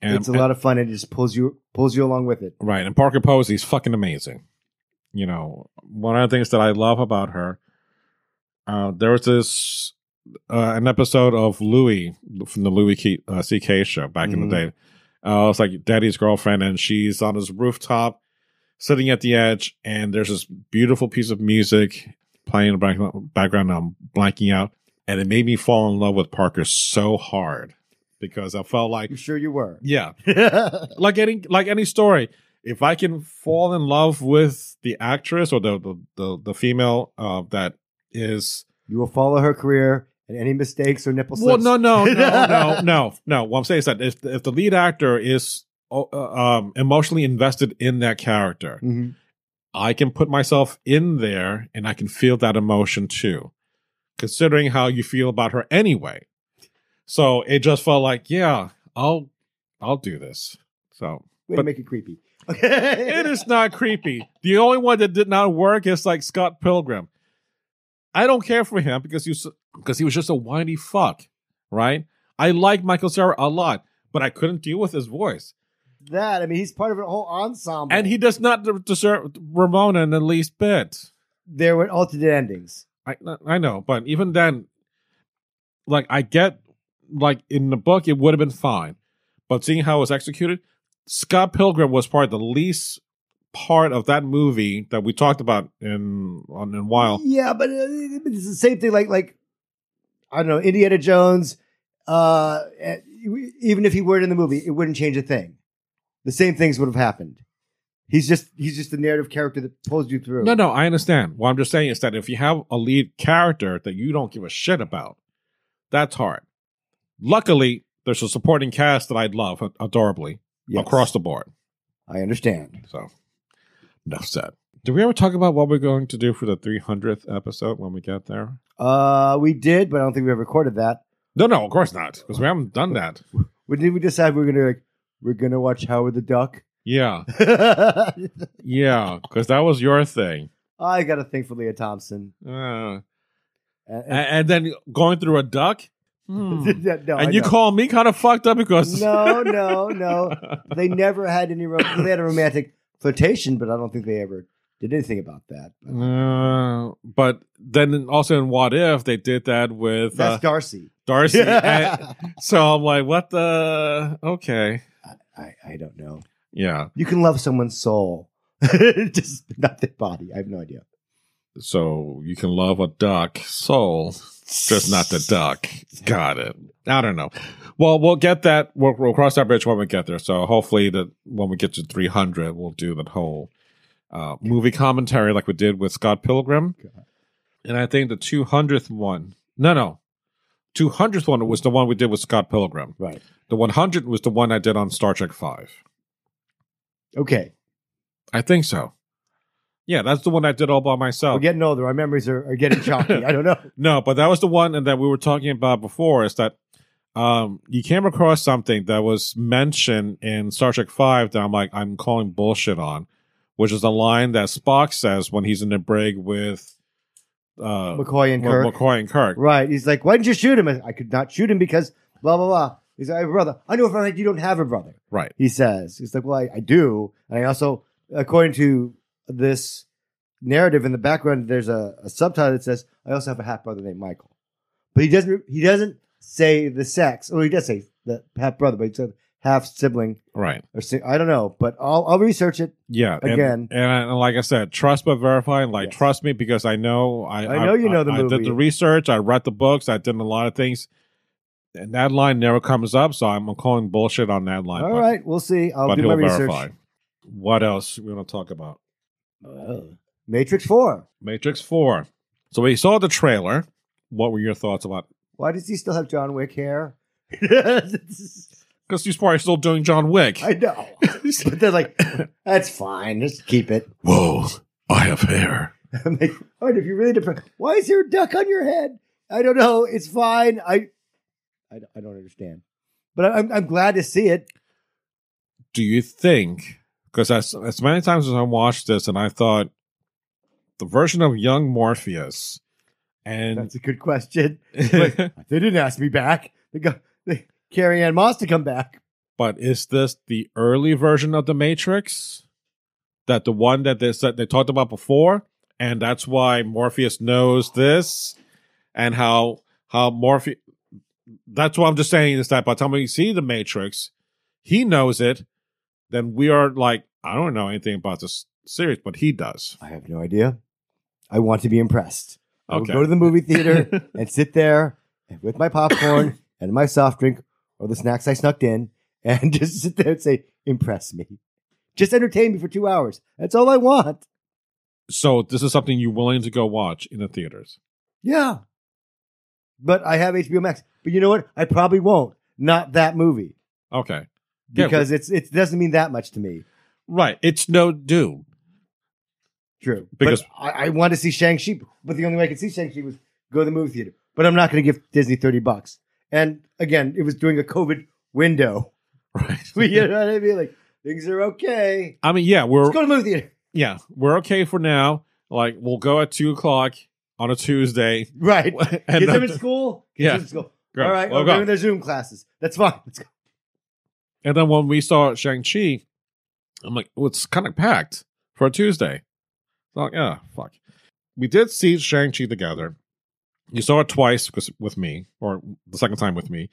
Speaker 1: And
Speaker 2: it's a lot of fun. It just pulls you pulls you along with it.
Speaker 1: Right. And Parker Posey's fucking amazing. You know, one of the things that I love about her, uh, there was this uh, an episode of Louis from the Louis Ke- uh, CK show back in
Speaker 2: Mhm.
Speaker 1: the day. Uh, it's like daddy's girlfriend, and she's on his rooftop sitting at the edge, and there's this beautiful piece of music playing in the back- background. and I'm blanking out. And it made me fall in love with Parker so hard because I felt like,
Speaker 2: I'm sure you
Speaker 1: [laughs]
Speaker 2: were. [laughs]
Speaker 1: yeah, like any like any story if i can fall in love with the actress or the the the, the female uh, that is
Speaker 2: You will follow her career and any mistakes or nipple
Speaker 1: well
Speaker 2: slips.
Speaker 1: no no no no no no what i'm saying is that if, if the lead actor is uh, um, emotionally invested in that character
Speaker 2: Mhm.
Speaker 1: i can put myself in there and i can feel that emotion too considering how you feel about her anyway so it just felt like yeah i'll i'll do this so
Speaker 2: Way
Speaker 1: But-
Speaker 2: to make it creepy.
Speaker 1: [laughs] It is not creepy. The only one that did not work is like Scott Pilgrim. I don't care for him because he was, because he was just a whiny fuck, right? I like Michael Cera a lot, but I couldn't deal with his voice.
Speaker 2: [laughs] That I mean, he's part of a whole ensemble,
Speaker 1: And he does not de- deserve Ramona in the least bit.
Speaker 2: there were alternate endings.
Speaker 1: I I know, but even then, like I get, like in the book, it would have been fine, but seeing how it was executed, Scott Pilgrim was probably the least part of that movie that we talked about in on in a while.
Speaker 2: Yeah, but uh, it's the same thing. Like like I don't know Indiana Jones. Uh, eh, even if he weren't in the movie, it wouldn't change a thing. The same things would have happened. He's just he's just the narrative character that pulls you through.
Speaker 1: No, no, I understand. What I'm just saying is that if you have a lead character that you don't give a shit about, that's hard. Luckily, there's a supporting cast that I love adorably
Speaker 2: Yes,
Speaker 1: across the board.
Speaker 2: I understand.
Speaker 1: So, enough said. Did we ever talk about what we're going to do for the 300th episode when we get there?
Speaker 2: Uh, we did, but I don't think we ever recorded that.
Speaker 1: No, no, of course not, because we haven't done that.
Speaker 2: We did we decide we were gonna like we're gonna watch Howard the Duck? [laughs]
Speaker 1: Yeah, yeah, because that was your thing.
Speaker 2: I got a thing for Leah Thompson.
Speaker 1: Uh,
Speaker 2: And,
Speaker 1: a- and, then going through a duck? Hmm.
Speaker 2: and- Yeah, [laughs] no, I
Speaker 1: And you
Speaker 2: know.
Speaker 1: call me kind of fucked up because.
Speaker 2: no, no, no. They never had any. Ro- they had a romantic flirtation, but I don't think they ever did anything about that.
Speaker 1: Uh, but then also in What If, they did that with
Speaker 2: That's
Speaker 1: uh,
Speaker 2: Darcy. [laughs]
Speaker 1: Darcy. And-
Speaker 2: I,
Speaker 1: so I'm like, what the? Okay.
Speaker 2: I, I don't know.
Speaker 1: Yeah.
Speaker 2: You can love someone's soul, [laughs] just not their body. I have no idea.
Speaker 1: So you can love a duck soul, just not the duck. Got it. I don't know. Well, we'll get that. We'll, we'll cross that bridge when we get there. So hopefully, that when we get to 300, we'll do that whole uh, movie commentary like we did with Scott Pilgrim. And I think the 200th one. No, no. 200th one was the one we did with Scott Pilgrim.
Speaker 2: Right.
Speaker 1: The 100 was the one I did on Star Trek 5.
Speaker 2: Okay.
Speaker 1: I think so. Yeah, that's the one I did all by
Speaker 2: We're
Speaker 1: myself.
Speaker 2: getting older. Our memories are, are getting choppy. I don't know.
Speaker 1: No, but that was the one that we were talking about before is that um, you came across something that was mentioned in Star Trek Five that I'm like I'm calling bullshit on, which is a line that Spock says when he's in the brig with uh,
Speaker 2: McCoy and
Speaker 1: with
Speaker 2: Kirk.
Speaker 1: McCoy and Kirk.
Speaker 2: Right. He's like, why didn't you shoot him? I I could not shoot him because blah, blah, blah. He's like, I have a brother. I know for a fact you don't have a brother,
Speaker 1: Right.
Speaker 2: he says. He's like, well, I, I do. And I also, according to this narrative in the background, there's a, a subtitle that says, I also have a half brother named Michael. But he doesn't he doesn't say the sex. Or he does say the half brother, but he said half sibling
Speaker 1: Right.
Speaker 2: or si- I don't know. But I'll I'll research it.
Speaker 1: Yeah. and-
Speaker 2: Again.
Speaker 1: and, I- and like I said, trust but verify. And like
Speaker 2: Yes.
Speaker 1: trust me because I know I,
Speaker 2: I know you know the
Speaker 1: I, I
Speaker 2: movie.
Speaker 1: did the research. I read the books. I did a lot of things. And that line never comes up, so I'm calling bullshit on that line.
Speaker 2: All
Speaker 1: but-
Speaker 2: right, we'll see. I'll do my research.
Speaker 1: What else we want to talk about?
Speaker 2: Oh. Matrix Four.
Speaker 1: Matrix Four. So we saw the trailer. What were your thoughts about?
Speaker 2: Why does he still have John Wick hair? [laughs]
Speaker 1: Because he's probably still doing John Wick.
Speaker 2: I know. But they're like, that's fine. Just keep it.
Speaker 1: Whoa, I have hair.
Speaker 2: [laughs] I'm like, all right, if you're really depressed, why is there a duck on your head? I don't know. It's fine. I, I, I don't understand. But I- I'm, I'm glad to see it.
Speaker 1: Do you think? Because as as many times as I watched this, and I thought the version of young Morpheus, and
Speaker 2: That's a good question. But they didn't ask me back. They got they, Carrie Ann Moss to come back.
Speaker 1: but is this the early version of the Matrix? That the one that they said they talked about before, and that's why Morpheus knows this, and how how Morpheus. That's what I'm just saying is that by the time we see the Matrix, he knows it. Then we are like, I don't know anything about this series, but he does.
Speaker 2: I have no idea. I want to be impressed. I will
Speaker 1: Okay.
Speaker 2: go to the movie theater and sit there with my popcorn and my soft drink or the snacks I snuck in and [laughs] just sit there and say, impress me. Just entertain me for two hours. That's all I want.
Speaker 1: So this is something you're willing to go watch in the theaters.
Speaker 2: Yeah. But I have HBO Max. But you know what? I probably won't. Not that movie.
Speaker 1: Okay, Yeah,
Speaker 2: Because it's it doesn't mean that much to me.
Speaker 1: right? It's no dude.
Speaker 2: True.
Speaker 1: Because-
Speaker 2: but I, I want to see Shang-Chi, but the only way I could see Shang-Chi was go to the movie theater. But I'm not going to give Disney 30 bucks. And again, it was during a COVID window.
Speaker 1: [laughs]
Speaker 2: [laughs]
Speaker 1: Right.
Speaker 2: you know what I mean? Like, things are okay.
Speaker 1: I mean, yeah, we're
Speaker 2: Let's go to the movie theater.
Speaker 1: yeah, we're okay for now. Like we'll go at two o'clock on a Tuesday.
Speaker 2: Right.
Speaker 1: [laughs] And
Speaker 2: Kids are in
Speaker 1: uh,
Speaker 2: school. Kids
Speaker 1: Yeah.
Speaker 2: are in school.
Speaker 1: Great.
Speaker 2: All right.
Speaker 1: Well,
Speaker 2: we're
Speaker 1: go.
Speaker 2: doing their Zoom classes. That's fine. Let's go.
Speaker 1: And then when we saw Shang Chi, I'm like, well, it's kind of packed for a Tuesday. So yeah, fuck. We did see Shang Chi together. You saw it twice because- with me, or the second time with me.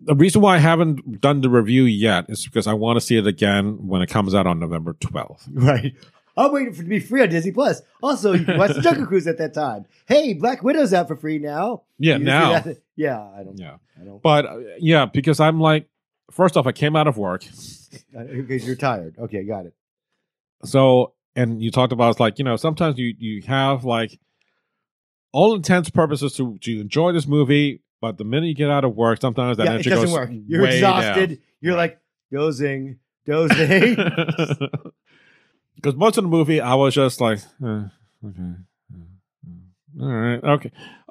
Speaker 1: The reason why I haven't done the review yet is because I want to see it again when it comes out on November 12th.
Speaker 2: [laughs] Right. I'm waiting for it to be free on Disney Plus. Also, you can watch
Speaker 1: [laughs]
Speaker 2: the Jungle Cruise at that time. Hey, Black Widow's out for free now.
Speaker 1: Yeah,
Speaker 2: You see
Speaker 1: now.
Speaker 2: that? [laughs] Yeah, I don't.
Speaker 1: Yeah.
Speaker 2: I don't.
Speaker 1: But uh, yeah, because I'm like, first off, I came out of work.
Speaker 2: Because you're tired. Okay, got it.
Speaker 1: so and you talked about it's like you know sometimes you you have like all intents purposes to to enjoy this movie but the minute you get out of work sometimes that
Speaker 2: yeah, it
Speaker 1: energy
Speaker 2: doesn't
Speaker 1: goes
Speaker 2: work. You're
Speaker 1: way down.
Speaker 2: exhausted. You're like dozing, dozing.
Speaker 1: [laughs] because most of the movie I was just like, uh, okay, uh, all right, okay,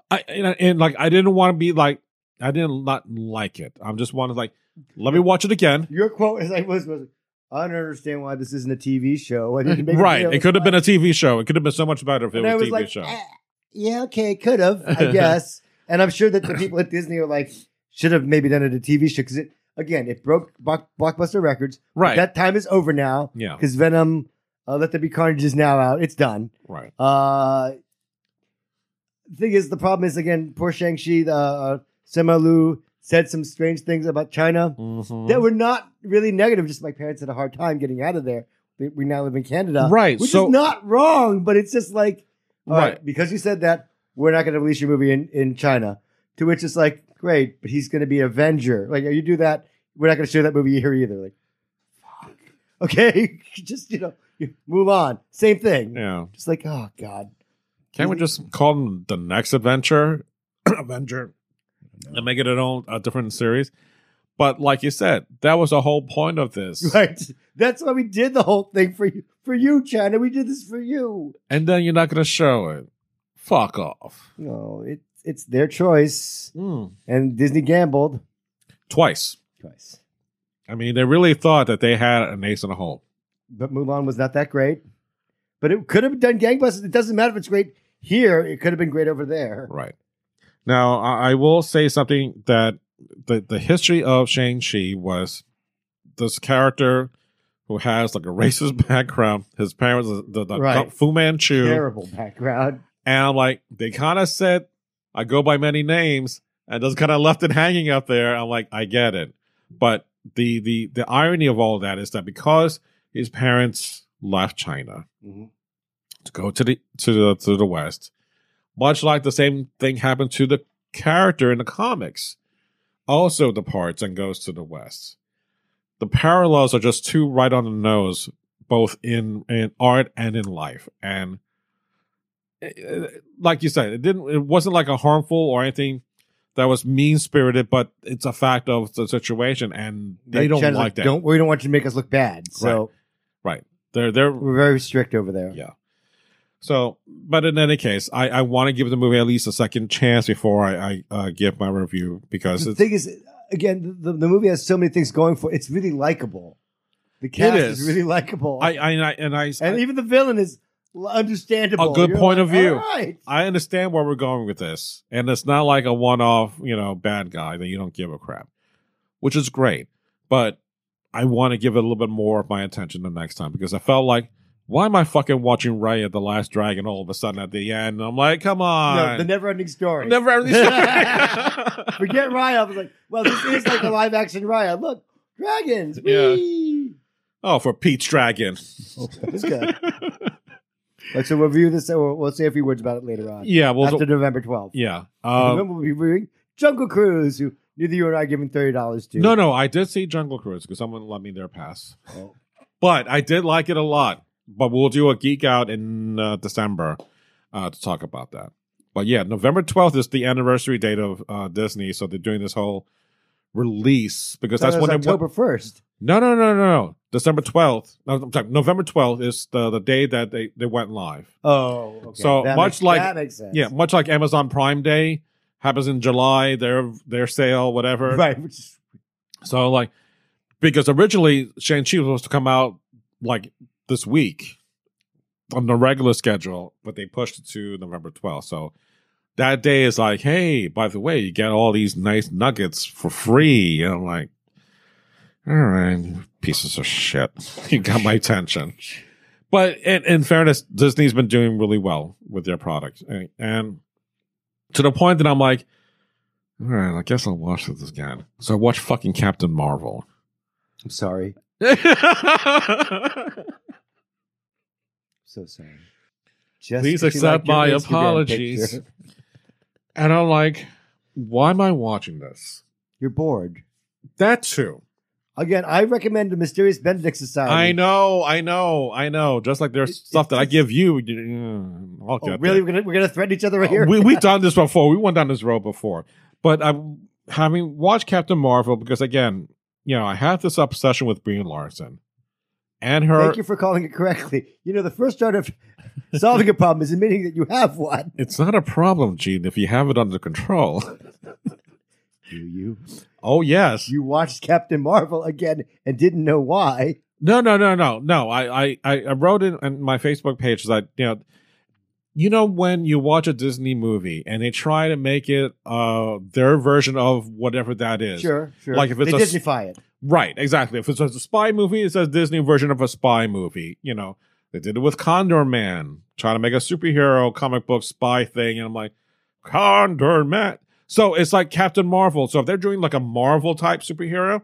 Speaker 1: I, and, and like I didn't want to be like I didn't not like it. I'm just wanted like, let me watch it again.
Speaker 2: Your quote is like, was, was, I don't understand why this isn't a TV show. I didn't make
Speaker 1: Right, it could have been a TV show. It could have been so much better if it
Speaker 2: and
Speaker 1: was
Speaker 2: I
Speaker 1: a
Speaker 2: was
Speaker 1: TV
Speaker 2: like,
Speaker 1: show.
Speaker 2: "Eh, yeah, okay, could have,
Speaker 1: [laughs]
Speaker 2: I guess. And I'm sure that the people at Disney are like, should have maybe done it a TV show because it again it broke block, blockbuster records.
Speaker 1: right,
Speaker 2: That time is over now
Speaker 1: yeah,
Speaker 2: because Venom, uh, Let There Be Carnage is now out. It's done.
Speaker 1: right,
Speaker 2: Uh, thing is, the problem is again, poor Shang Chi, the uh, Sima Lu said some strange things about China
Speaker 1: Mhm.
Speaker 2: that were not really negative. Just my parents had a hard time getting out of there. We- We now live in Canada,
Speaker 1: Right,
Speaker 2: Which
Speaker 1: so-
Speaker 2: is not wrong, but it's just like, all right,
Speaker 1: Right.
Speaker 2: because you said that, we're not going to release your movie in in China. To which it's like, great, but he's going to be Avenger. Like, you do that, we're not going to show that movie here either. Like, fuck. [laughs] Okay, [laughs] just you know, you move on. Same thing.
Speaker 1: yeah.
Speaker 2: Just like, oh god, [laughs]
Speaker 1: Can't we just call them the next adventure, [clears throat] Avenger, and make it a own a different series? But like you said, that was the whole point of this.
Speaker 2: right? That's why we did the whole thing for you, for you, China. We did this for you.
Speaker 1: And then you're not going to show it. Fuck off.
Speaker 2: No, it it's their choice,
Speaker 1: Mm.
Speaker 2: and Disney gambled.
Speaker 1: Twice.
Speaker 2: Twice.
Speaker 1: I mean, they really thought that they had an ace in the hole.
Speaker 2: But Mulan was not that great. But it could have done gangbusters. It doesn't matter if it's great here. It could have been great over there.
Speaker 1: Right. Now, I, I will say something that the, the history of Shang-Chi was this character who has like a [laughs] racist background. His parents, the, the
Speaker 2: Right.
Speaker 1: Fu Manchu.
Speaker 2: Terrible background.
Speaker 1: And I'm like, they kind of said I go by many names and just kind of left it hanging up there. I'm like, I get it. But the the the irony of all that is that because his parents left China to go to the to the to the West, much like the same thing happened to the character in the comics, also departs and goes to the West. The parallels are just too right on the nose, both in in art and in life. And eh, eh, like you said, it didn't. It wasn't like a harmful or anything that was mean spirited, but it's a fact of the situation, and they
Speaker 2: Like,
Speaker 1: don't
Speaker 2: China's
Speaker 1: like that.
Speaker 2: Don't we don't want you to make us look bad. So
Speaker 1: They're they're
Speaker 2: we're very strict over there.
Speaker 1: Yeah. So, but in any case, I, I want to give the movie at least a second chance before I, I uh, give my review because
Speaker 2: The
Speaker 1: it's,
Speaker 2: thing is, again, the, the movie has so many things going for it. It's really likable. The cast is.
Speaker 1: is.
Speaker 2: really likable.
Speaker 1: I, I and I and I,
Speaker 2: and even the villain is l- understandable.
Speaker 1: A good
Speaker 2: You're
Speaker 1: point
Speaker 2: like,
Speaker 1: of view.
Speaker 2: All right.
Speaker 1: I understand where we're going with this, and it's not like a one-off, you know, bad guy that you don't give a crap, which is great. But I want to give it a little bit more of my attention the next time because I felt like, why am I fucking watching Ray at the Last Dragon all of a sudden at the end? I'm like, come
Speaker 2: No,
Speaker 1: on,
Speaker 2: the never ending story.
Speaker 1: never
Speaker 2: [laughs]
Speaker 1: ending story.
Speaker 2: Forget Raya. I was like, well, this is like a live action Raya. Look, dragons. Whee!
Speaker 1: [laughs] oh, for Pete's Dragon.
Speaker 2: It's good. Like, so we'll review this. and We'll, we'll say a few words about it later on.
Speaker 1: Yeah, well,
Speaker 2: after November 12th.
Speaker 1: yeah.
Speaker 2: And
Speaker 1: Um,
Speaker 2: then we'll be reviewing Jungle Cruise, who neither you and I are giving $30 to.
Speaker 1: No, no, I did see Jungle Cruise because someone let me their pass.
Speaker 2: Oh.
Speaker 1: But I did like it a lot. But we'll do a geek out in uh, December uh, to talk about that. But yeah, November 12th is the anniversary date of uh, Disney. So they're doing this whole release because
Speaker 2: Thought
Speaker 1: that's
Speaker 2: it was
Speaker 1: when they went.
Speaker 2: October 1st.
Speaker 1: No, no, no, no, no. December 12th. No, I'm sorry, November 12th is the, the day that they, they went live.
Speaker 2: Oh, okay.
Speaker 1: So,
Speaker 2: That
Speaker 1: much
Speaker 2: makes-
Speaker 1: like-
Speaker 2: That makes sense.
Speaker 1: Yeah, much like Amazon Prime Day happens in July, their their sale, whatever.
Speaker 2: [laughs] Right. Which is
Speaker 1: So like because originally Shang-Chi was supposed to come out like this week on the regular schedule, but they pushed it to November 12th. So that day is like, hey, by the way, you get all these nice nuggets for free. And I'm like, all right, pieces of shit. [laughs] You got my attention. But in, in fairness, Disney's been doing really well with their products, and, and to the point that I'm like, all right, I guess I'll watch this again. So I watched fucking Captain Marvel.
Speaker 2: I'm sorry. So sorry. Just
Speaker 1: Please
Speaker 2: if you like
Speaker 1: accept
Speaker 2: your
Speaker 1: my
Speaker 2: Instagram
Speaker 1: apologies.
Speaker 2: picture,
Speaker 1: and I'm like, why am I watching this?
Speaker 2: You're bored.
Speaker 1: That too.
Speaker 2: Again, I recommend the Mysterious Benedict Society.
Speaker 1: I know, I know, I know. Just like there's
Speaker 2: It-
Speaker 1: stuff
Speaker 2: it
Speaker 1: that I
Speaker 2: just-
Speaker 1: give you. you- mm, I'll
Speaker 2: Oh,
Speaker 1: get
Speaker 2: really?
Speaker 1: there.
Speaker 2: We're gonna we're gonna threaten each other right here.
Speaker 1: Uh,
Speaker 2: [laughs]
Speaker 1: we we've done this before. We went down this road before. But I'm having watched Captain Marvel because again, you know, I have this obsession with Brie Larson and her.
Speaker 2: Thank you for calling it correctly. You know, the first start of [laughs] solving a problem is admitting that you have one.
Speaker 1: It's not a problem, Gene, if you have it under control. [laughs]
Speaker 2: Do you?
Speaker 1: oh yes,
Speaker 2: You watched Captain Marvel again and didn't know why.
Speaker 1: No, no, no, no, no. I, I, I I wrote in on my Facebook page that you know, you know, when you watch a Disney movie and they try to make it uh their version of whatever that is.
Speaker 2: Sure, sure.
Speaker 1: Like if it's
Speaker 2: they
Speaker 1: a s-
Speaker 2: Disneyfy it.
Speaker 1: Right. Exactly. If it's a spy movie, it's a Disney version of a spy movie. You know, they did it with Condor Man, trying to make a superhero comic book spy thing, and I'm like, Condor Man. So it's like Captain Marvel. So if they're doing like a Marvel type superhero,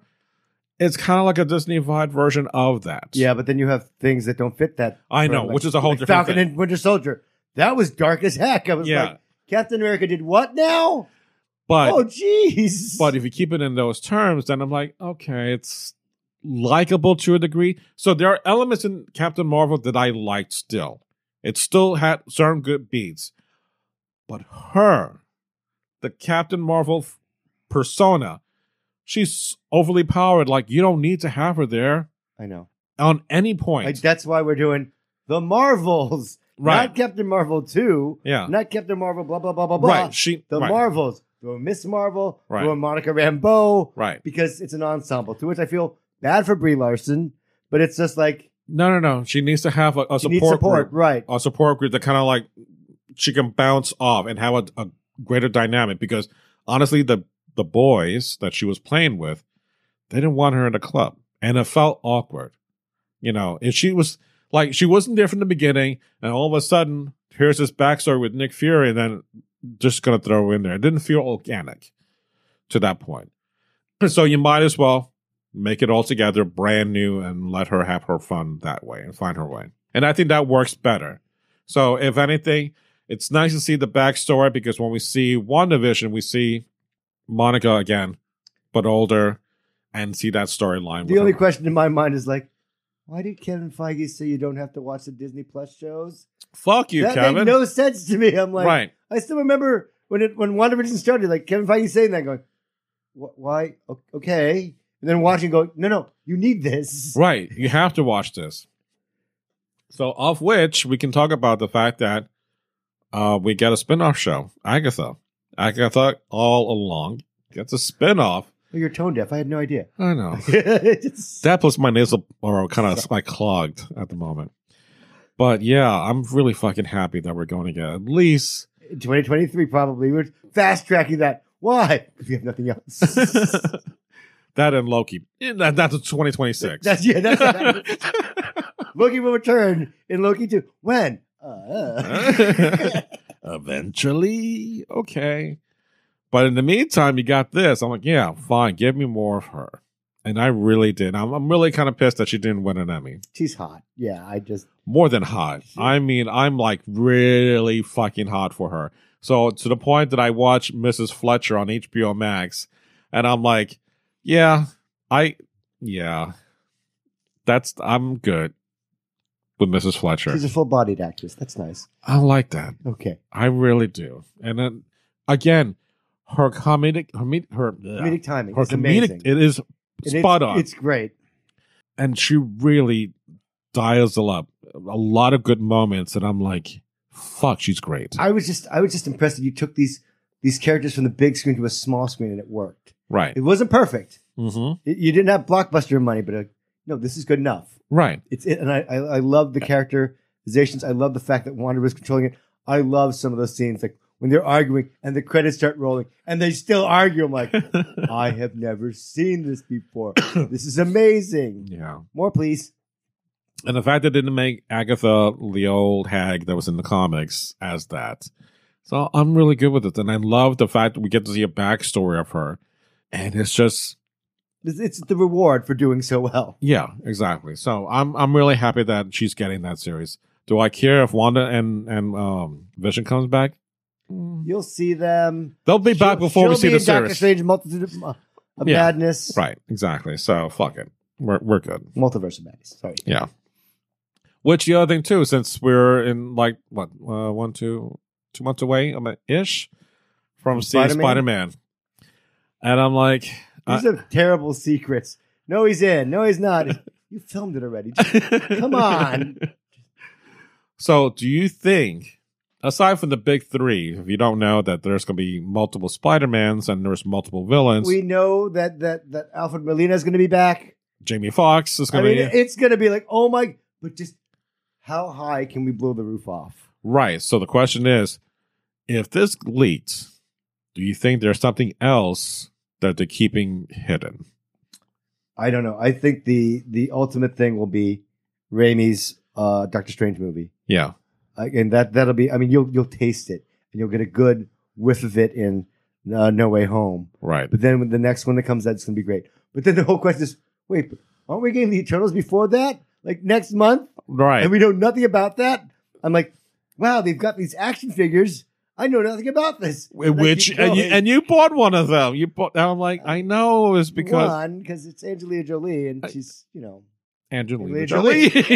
Speaker 1: it's kind of like a Disney-fied version of that.
Speaker 2: Yeah, but then you have things that don't fit that.
Speaker 1: I know,
Speaker 2: Like-
Speaker 1: which is a whole
Speaker 2: like
Speaker 1: different
Speaker 2: Falcon
Speaker 1: thing.
Speaker 2: and Winter Soldier. That was dark as heck. I was
Speaker 1: Yeah.
Speaker 2: like, Captain America did what now?
Speaker 1: But
Speaker 2: oh, jeez.
Speaker 1: but if you keep it in those terms, then I'm like, okay, it's likable to a degree. So there are elements in Captain Marvel that I liked still. It still had certain good beats. But her, the Captain Marvel f- persona, she's overly powered. Like you don't need to have her there
Speaker 2: I know.
Speaker 1: on any
Speaker 2: I,
Speaker 1: point.
Speaker 2: that's why we're doing the Marvels,
Speaker 1: right.
Speaker 2: not Captain Marvel two,
Speaker 1: yeah.
Speaker 2: not Captain Marvel. Blah blah blah blah blah.
Speaker 1: Right. She
Speaker 2: The
Speaker 1: right.
Speaker 2: Marvels. Throw Miss Marvel.
Speaker 1: Right.
Speaker 2: Throw Monica Rambeau.
Speaker 1: right.
Speaker 2: Because it's an ensemble. To which I feel bad for Brie Larson, but it's just like
Speaker 1: No, no, no. She needs to have a, a
Speaker 2: she
Speaker 1: support,
Speaker 2: needs support,
Speaker 1: group.
Speaker 2: right?
Speaker 1: a support group that kind of like she can bounce off and have a, a greater dynamic because honestly the the boys that she was playing with they didn't want her in the club and it felt awkward you know and she was like she wasn't there from the beginning and all of a sudden here's this backstory with nick fury and then just gonna throw her in there it didn't feel organic to that point [clears throat] point. so you might as well make it all together brand new and let her have her fun that way and find her way and i think that works better so if anything it's nice to see the backstory because when we see WandaVision, we see monica again but older and see that storyline
Speaker 2: The
Speaker 1: with
Speaker 2: only
Speaker 1: her.
Speaker 2: question in my mind is like, why did Kevin Feige say you don't have to watch the Disney Plus shows?
Speaker 1: fuck you
Speaker 2: that
Speaker 1: kevin
Speaker 2: made no sense to me. I'm like,
Speaker 1: right
Speaker 2: I still remember when it when WandaVision started, like Kevin Feige saying that, going, "Wh- "Why? O- Okay," and then watching, going, "No, no, you need this."
Speaker 1: Right. You have to watch this. So, of which we can talk about the fact that uh, we get a spin off show, Agatha. Agatha all along gets a spin off.
Speaker 2: Oh, you're tone deaf. I had
Speaker 1: [laughs]
Speaker 2: no idea. [laughs]
Speaker 1: I know.
Speaker 2: It's-
Speaker 1: That plus my nasal are kind of like clogged at the moment. But yeah, I'm really fucking happy that we're going to get at least.
Speaker 2: 2023 probably. We're fast tracking that. Why? Because we have
Speaker 1: [laughs]
Speaker 2: nothing else.
Speaker 1: that and Loki. That, that's 2026.
Speaker 2: That's yeah. That's what happened. Loki will return in Loki two. When? Uh,
Speaker 1: [laughs] Eventually, okay. But in the meantime, you got this. I'm like, yeah, fine. Give me more of her. And I really did. I'm, I'm really kind of pissed that she didn't win an Emmy.
Speaker 2: she's hot. Yeah, I just
Speaker 1: More than hot. I mean, I'm like really fucking hot for her. So to the point that I watch Mrs. Fletcher on HBO Max, and I'm like, yeah, I, yeah, that's I'm good with Mrs. Fletcher.
Speaker 2: she's a full bodied actress. That's nice.
Speaker 1: I like that.
Speaker 2: Okay.
Speaker 1: I really do. And then again, her comedic, her me- her,
Speaker 2: Comedic timing.
Speaker 1: her
Speaker 2: is
Speaker 1: comedic,
Speaker 2: amazing.
Speaker 1: it is
Speaker 2: And
Speaker 1: spot
Speaker 2: it's,
Speaker 1: on,
Speaker 2: It's great.
Speaker 1: and she really dials it up. A lot of good moments, and I'm like, fuck, she's great.
Speaker 2: I was just I was just impressed that you took these these characters from the big screen to a small screen and it worked.
Speaker 1: right,
Speaker 2: It wasn't perfect.
Speaker 1: hmm
Speaker 2: It- you didn't have blockbuster money, but uh, no, this is good enough.
Speaker 1: right,
Speaker 2: It's it, and I I, I love the characterizations. I love the fact that Wanda was controlling it. I love some of those scenes like when they're arguing and the credits start rolling and they still argue. I'm like, I have never seen this before. This is amazing.
Speaker 1: yeah.
Speaker 2: More, please.
Speaker 1: And the fact that they didn't make Agatha the old hag that was in the comics as that. So I'm really good with it. And I love the fact that we get to see a backstory of her. And it's just
Speaker 2: It's, it's the reward for doing so well.
Speaker 1: yeah, exactly. So I'm I'm really happy that she's getting that series. Do I care if Wanda and, and um Vision comes back? Mm.
Speaker 2: You'll see them.
Speaker 1: They'll be back
Speaker 2: She'll-
Speaker 1: before we
Speaker 2: she'll
Speaker 1: see
Speaker 2: be
Speaker 1: the
Speaker 2: in Doctor
Speaker 1: series.
Speaker 2: Strange multitude of, uh, of
Speaker 1: Yeah.
Speaker 2: madness.
Speaker 1: Right, exactly. So fuck it. We're we're good.
Speaker 2: Multiverse of madness. Sorry.
Speaker 1: Which the other thing too, since we're in like what uh, one, two, two months away, I'm ish from seeing
Speaker 2: Spider-Man?
Speaker 1: Spider Man, and I'm like,
Speaker 2: [laughs] These are terrible secrets. No, he's in. No, he's
Speaker 1: [laughs]
Speaker 2: not. you filmed it already. Just
Speaker 1: come [laughs]
Speaker 2: on.
Speaker 1: So, do you think, aside from the big three, if you don't know that there's going to be multiple Spider Mans and there's multiple villains,
Speaker 2: we know that that that Alfred Molina is going to be back.
Speaker 1: Jamie Fox is
Speaker 2: I
Speaker 1: going
Speaker 2: mean,
Speaker 1: to be
Speaker 2: it's going to be like, oh my! But just how high can we blow the roof off?
Speaker 1: right. So the question is, if this leaks, do you think there's something else that they're keeping hidden?
Speaker 2: I don't know. I think the the ultimate thing will be Raimi's uh, Doctor Strange movie,
Speaker 1: Yeah.
Speaker 2: I, and that that'll be. I mean, you'll you'll taste it, and you'll get a good whiff of it in uh, No Way Home.
Speaker 1: Right.
Speaker 2: But then when the next one that comes out, it's going to be great. But then the whole question is, wait, but aren't we getting the Eternals before that? Like next month,
Speaker 1: Right.
Speaker 2: and we know nothing about that. I'm like, wow, they've got these action figures. I know nothing about this.
Speaker 1: Wh- Which and you, and you bought one of them. You bought. and I'm like, I know it was because
Speaker 2: one because it's Angelina Jolie, and
Speaker 1: I-
Speaker 2: she's you know
Speaker 1: Angelina
Speaker 2: Angelina
Speaker 1: Jolie. [laughs]
Speaker 2: [laughs]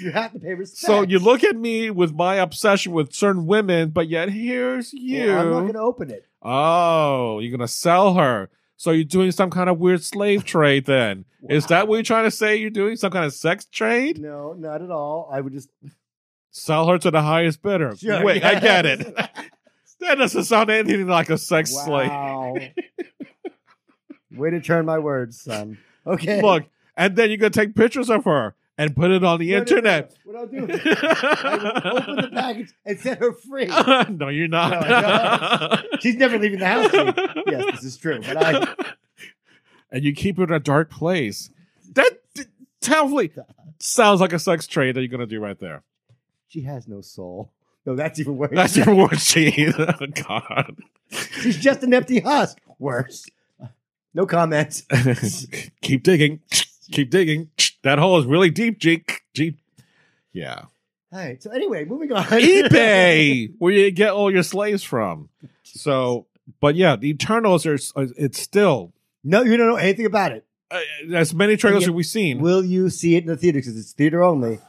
Speaker 2: you have to pay respect.
Speaker 1: so you look at me with my obsession with certain women, but yet here's you.
Speaker 2: Well, I'm not going to open it.
Speaker 1: oh, you're gonna sell her. So you're doing some kind of weird slave trade then. Is that what you're trying to say? You're doing some kind of sex trade?
Speaker 2: No, not at all. I would just
Speaker 1: Sell her to the highest bidder.
Speaker 2: Sure,
Speaker 1: Wait, I
Speaker 2: yes.
Speaker 1: get it. [laughs] that doesn't sound anything like a sex slave. [laughs]
Speaker 2: wow. Way to turn my words, son. Okay,
Speaker 1: Look, and then you're gonna take pictures of her and put it on the
Speaker 2: No, no, no, no.
Speaker 1: internet.
Speaker 2: What I'll do? is I will open the package and set
Speaker 1: [laughs]
Speaker 2: her free.
Speaker 1: no, you're
Speaker 2: No,
Speaker 1: not. [laughs]
Speaker 2: She's never leaving the house. with me. Yes, this is true. But I,
Speaker 1: and you keep her in a dark place. That d- totally sounds like a sex trade that you're gonna do right there.
Speaker 2: she has no soul. No, that's even worse.
Speaker 1: [laughs] That's your word, she. [laughs] Oh, God.
Speaker 2: [laughs] She's just an empty husk. Worse. No comments.
Speaker 1: [laughs] keep digging. Keep digging. That hole is really deep, Jeep. Jeep. Yeah.
Speaker 2: All right. So anyway, moving on.
Speaker 1: [laughs]
Speaker 2: [laughs]
Speaker 1: eBay, where you get all your slaves from. So, but yeah, the Eternals are. uh, It's still
Speaker 2: No, you don't know anything about it.
Speaker 1: uh, as many trailers
Speaker 2: And yet-
Speaker 1: as we've seen.
Speaker 2: Will you see it in the theater? Because it's theater only.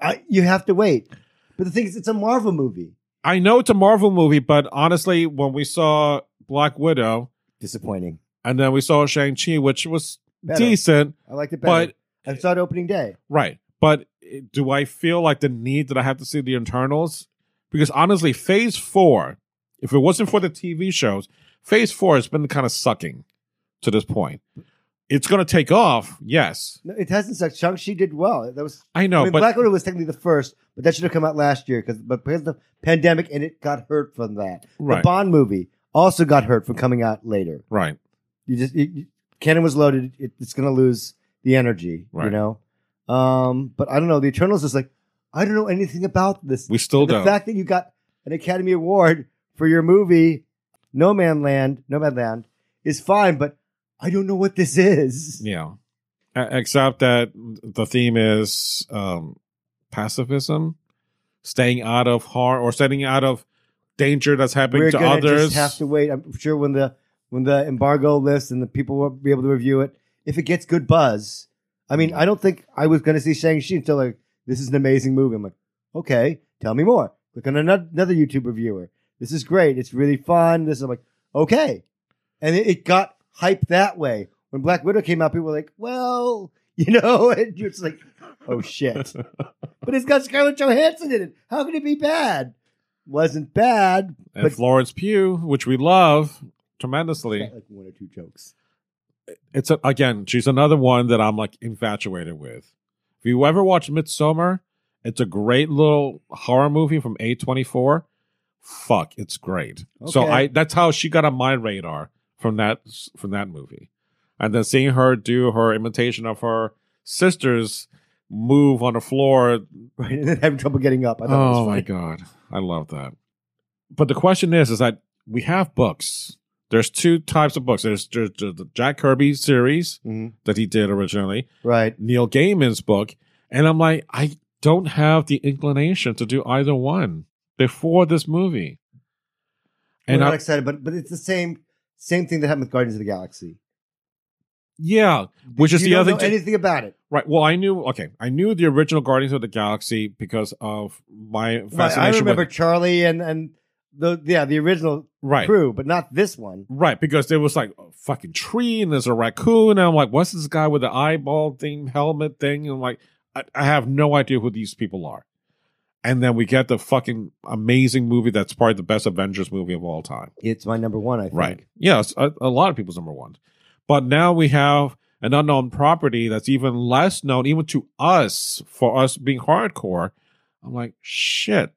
Speaker 2: I, you have to wait. But the thing is, it's a Marvel movie.
Speaker 1: I know it's a Marvel movie, but honestly, when we saw Black Widow
Speaker 2: Disappointing.
Speaker 1: and then we saw Shang Chi, which was
Speaker 2: Better.
Speaker 1: decent,
Speaker 2: I liked it better.
Speaker 1: but
Speaker 2: I saw it opening day.
Speaker 1: right, but eh, do I feel like the need that I have to see the Eternals? Because honestly, Phase Four, if it wasn't for the TV shows, Phase Four has been kind of sucking to this point. It's going to take off, yes,
Speaker 2: No, it hasn't sucked. Shang Chi did well. That was
Speaker 1: I know,
Speaker 2: I mean,
Speaker 1: but
Speaker 2: Black Widow was technically the first, but that should have come out last year because but because of the pandemic and it got hurt from that. The
Speaker 1: Right.
Speaker 2: Bond movie also got hurt from coming out later.
Speaker 1: right,
Speaker 2: You just it, you- cannon was loaded. It, it's going to lose the energy, you
Speaker 1: Right.
Speaker 2: know. Um, but I don't know. The Eternals is like I don't know anything about this.
Speaker 1: we still
Speaker 2: And the
Speaker 1: don't.
Speaker 2: fact that you got an Academy Award for your movie No Man Land, No Man Land is fine, but I don't know what this is.
Speaker 1: Yeah. E- Except that the theme is um, pacifism, staying out of harm or staying out of danger that's happening
Speaker 2: We're
Speaker 1: to
Speaker 2: gonna
Speaker 1: others.
Speaker 2: just have to wait. I'm sure when the when the embargo lifts and the people will be able to review it, if it gets good buzz. I mean, I don't think I was going to see Shang Chi until like this is an amazing movie. I'm like, okay, tell me more. Click on ano- another YouTube reviewer. This is great. It's really fun. This I'm like, okay, and it, it got hype that way. When Black Widow came out, people were like, well, [laughs] you know, and it's like, oh shit.
Speaker 1: [laughs]
Speaker 2: But it's got Scarlett Johansson in it. How can it be bad? Wasn't bad,
Speaker 1: and
Speaker 2: but-
Speaker 1: Florence Pugh, which we love tremendously.
Speaker 2: Got, like one or two jokes. [laughs]
Speaker 1: It's a, again, she's another one that I'm like infatuated with. If you ever watch Midsummer It's a great little horror movie from A24. Fuck, it's great. So
Speaker 2: Okay.
Speaker 1: I that's how she got on my radar from that from that movie. And then seeing her do her imitation of her sister's move on the floor.
Speaker 2: Right, and then having trouble getting up. I thought it
Speaker 1: Oh
Speaker 2: was
Speaker 1: my
Speaker 2: funny.
Speaker 1: god. I love that. But the question is is that we have books. There's two types of books. There's, there's the Jack Kirby series
Speaker 2: Mhm.
Speaker 1: that he did originally,
Speaker 2: Right.
Speaker 1: Neil Gaiman's book, and I'm like, I don't have the inclination to do either one before this movie.
Speaker 2: And
Speaker 1: And
Speaker 2: We're not
Speaker 1: I,
Speaker 2: excited, but but it's the same same thing that happened with Guardians of the Galaxy.
Speaker 1: yeah, which is
Speaker 2: you
Speaker 1: the
Speaker 2: don't
Speaker 1: other
Speaker 2: know
Speaker 1: thing, too-
Speaker 2: anything about it.
Speaker 1: right? Well, I knew okay, I knew the original Guardians of the Galaxy because of my
Speaker 2: Right, I
Speaker 1: fascination
Speaker 2: remember
Speaker 1: with
Speaker 2: Charlie and and the yeah the original
Speaker 1: right,
Speaker 2: crew, but not this one.
Speaker 1: right, because there was like a fucking tree and there's a raccoon, and I'm like, what's this guy with the eyeball thing, helmet thing? And I'm like, I, I have no idea who these people are. And then we get the fucking amazing movie that's probably the best Avengers movie of all time.
Speaker 2: It's my number one, I think.
Speaker 1: Right. Yeah, it's a, a lot of people's number one. But now we have an unknown property that's even less known, even to us, for us being hardcore. I'm like, shit.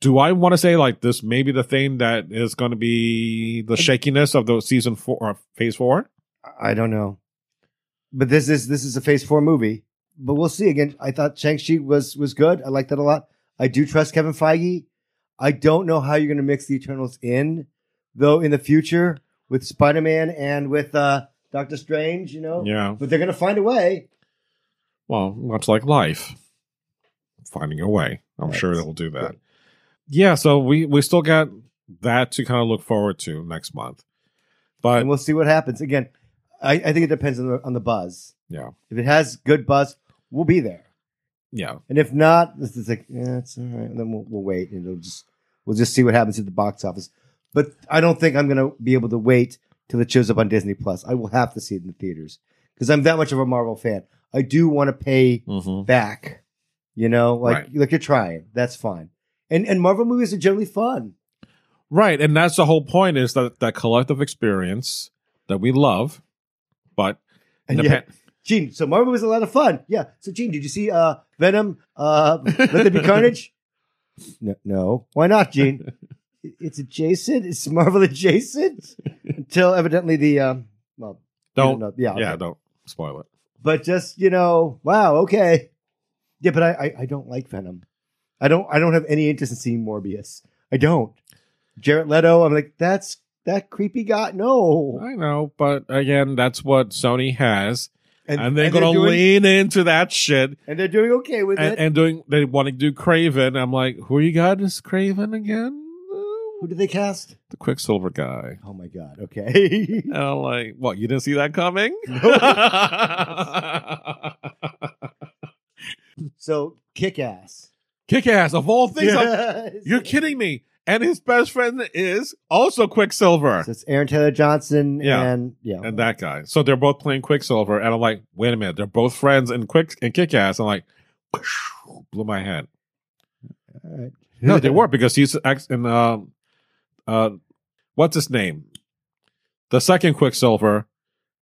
Speaker 1: Do I want to say like this? Maybe the thing that is going to be the shakiness of the season four or phase four.
Speaker 2: I don't know, but this is this is a Phase Four movie. But we'll see. Again, I thought Shang Chi was was good. I liked that a lot. I do trust Kevin Feige. I don't know how you're going to mix the Eternals in, though, in the future with Spider Man and with uh, Doctor Strange. You know,
Speaker 1: Yeah.
Speaker 2: but they're going to find a way.
Speaker 1: Well, much like life, finding a way. I'm sure
Speaker 2: That's
Speaker 1: it will do that.
Speaker 2: good.
Speaker 1: Yeah. So we we still got that to kind of look forward to next month. But
Speaker 2: and we'll see what happens. Again, I, I think it depends on the on the buzz.
Speaker 1: Yeah.
Speaker 2: If it has good buzz, we'll be there.
Speaker 1: yeah,
Speaker 2: And if not, this is like yeah, it's all right. And then we'll, we'll wait, and it'll just we'll just see what happens at the box office. But I don't think I'm gonna be able to wait till it shows up on Disney Plus. I will have to see it in the theaters because I'm that much of a Marvel fan. I do want to pay
Speaker 1: Mhm.
Speaker 2: back, you know, like
Speaker 1: Right.
Speaker 2: like you're trying. That's fine. And and Marvel movies are generally fun.
Speaker 1: Right, and that's the whole point is that that collective experience that we love, but
Speaker 2: And
Speaker 1: the
Speaker 2: yet, Gene, so Marvel was a lot of fun. Yeah. So Gene, did you see uh Venom uh Let There Be
Speaker 1: [laughs]
Speaker 2: Carnage? No, no. Why not, Gene? It- It's adjacent. It's Marvel adjacent until evidently the um well, we
Speaker 1: don't,
Speaker 2: know. yeah,
Speaker 1: yeah,
Speaker 2: okay.
Speaker 1: don't spoil it.
Speaker 2: But just, you know, wow, okay. Yeah, but I, I I don't like Venom. I don't I don't have any interest in seeing Morbius. I don't. Jared Leto, I'm like that's that creepy guy. No.
Speaker 1: I know, but again, that's what Sony has, and, they're gonna
Speaker 2: doing,
Speaker 1: lean into that shit
Speaker 2: and they're doing okay with
Speaker 1: and,
Speaker 2: it.
Speaker 1: and doing. They want to do Craven. I'm like, who you got is Craven again?
Speaker 2: Who did they cast?
Speaker 1: The Quicksilver guy.
Speaker 2: Oh my god. Okay.
Speaker 1: [laughs]
Speaker 2: [laughs]
Speaker 1: And I'm like, what? You didn't see that coming? [laughs]
Speaker 2: so kick ass.
Speaker 1: Kick ass of all things. I'm-
Speaker 2: Yes.
Speaker 1: You're kidding me. And his best friend is also Quicksilver.
Speaker 2: So it's Aaron Taylor Johnson
Speaker 1: Yeah.
Speaker 2: and yeah.
Speaker 1: and that guy. So they're both playing Quicksilver, and I'm like, wait a minute, they're both friends and Quick and Kick Ass. I'm like, [laughs] blew my head.
Speaker 2: All right.
Speaker 1: No, they were because he's ex in um, uh, what's his name, the second Quicksilver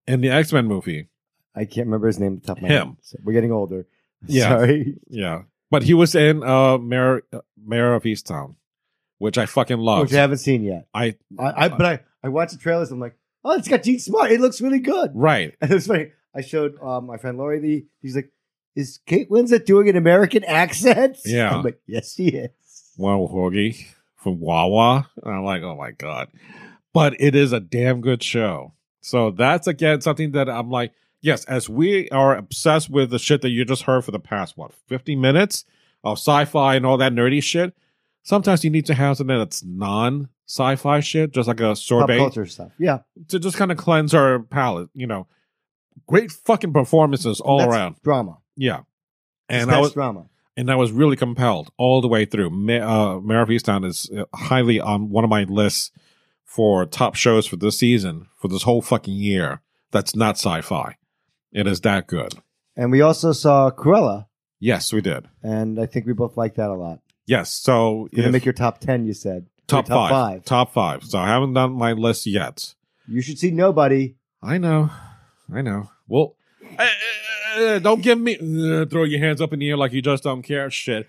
Speaker 1: in the X Men movie.
Speaker 2: I can't remember his name off the top of my
Speaker 1: Him.
Speaker 2: head. So we're getting older.
Speaker 1: Yeah.
Speaker 2: Sorry.
Speaker 1: Yeah, but he was in uh, Mayor uh, Mayor of Easttown, which I fucking love.
Speaker 2: Which I haven't seen yet.
Speaker 1: I
Speaker 2: Oh, I, I but I, I watched the trailers, I'm like, oh, it's got Gene Smart. It looks really good. [laughs]
Speaker 1: right.
Speaker 2: And it's funny. I showed um, my friend Lori the he's like, Is Kate Winslet doing an American accent? [laughs]
Speaker 1: Yeah.
Speaker 2: I'm like, Yes, she is.
Speaker 1: Wow Hoagie from Wawa. And I'm like, oh my God. But it is a damn good show. So that's again something that I'm like, yes, as we are obsessed with the shit that you just heard for the past, what, 50 minutes of sci fi and all that nerdy shit, sometimes you need to have something that's non sci fi shit, just like a
Speaker 2: Pop
Speaker 1: sorbet
Speaker 2: culture stuff. Yeah.
Speaker 1: to just kind of cleanse our palate, you know. Great fucking performances all
Speaker 2: That's
Speaker 1: around.
Speaker 2: Drama.
Speaker 1: Yeah.
Speaker 2: It's
Speaker 1: And I
Speaker 2: nice
Speaker 1: was
Speaker 2: drama.
Speaker 1: and I was really compelled all the way through. Ma- uh, Mayor of Easttown is uh, highly on one of my lists for top shows for this season, for this whole fucking year. That's not sci-fi. It is that good.
Speaker 2: And we also saw Cruella,
Speaker 1: Yes, we did.
Speaker 2: and I think we both liked that a lot.
Speaker 1: Yes, so
Speaker 2: You're
Speaker 1: if-
Speaker 2: gonna make your top ten, you said.
Speaker 1: top,
Speaker 2: your top
Speaker 1: five,
Speaker 2: five.
Speaker 1: top five. So I haven't done my list yet.
Speaker 2: You should see nobody.
Speaker 1: I know, I know. Well, I, uh, don't give me uh, throw your hands up in the air like you just don't care
Speaker 2: [laughs]
Speaker 1: shit.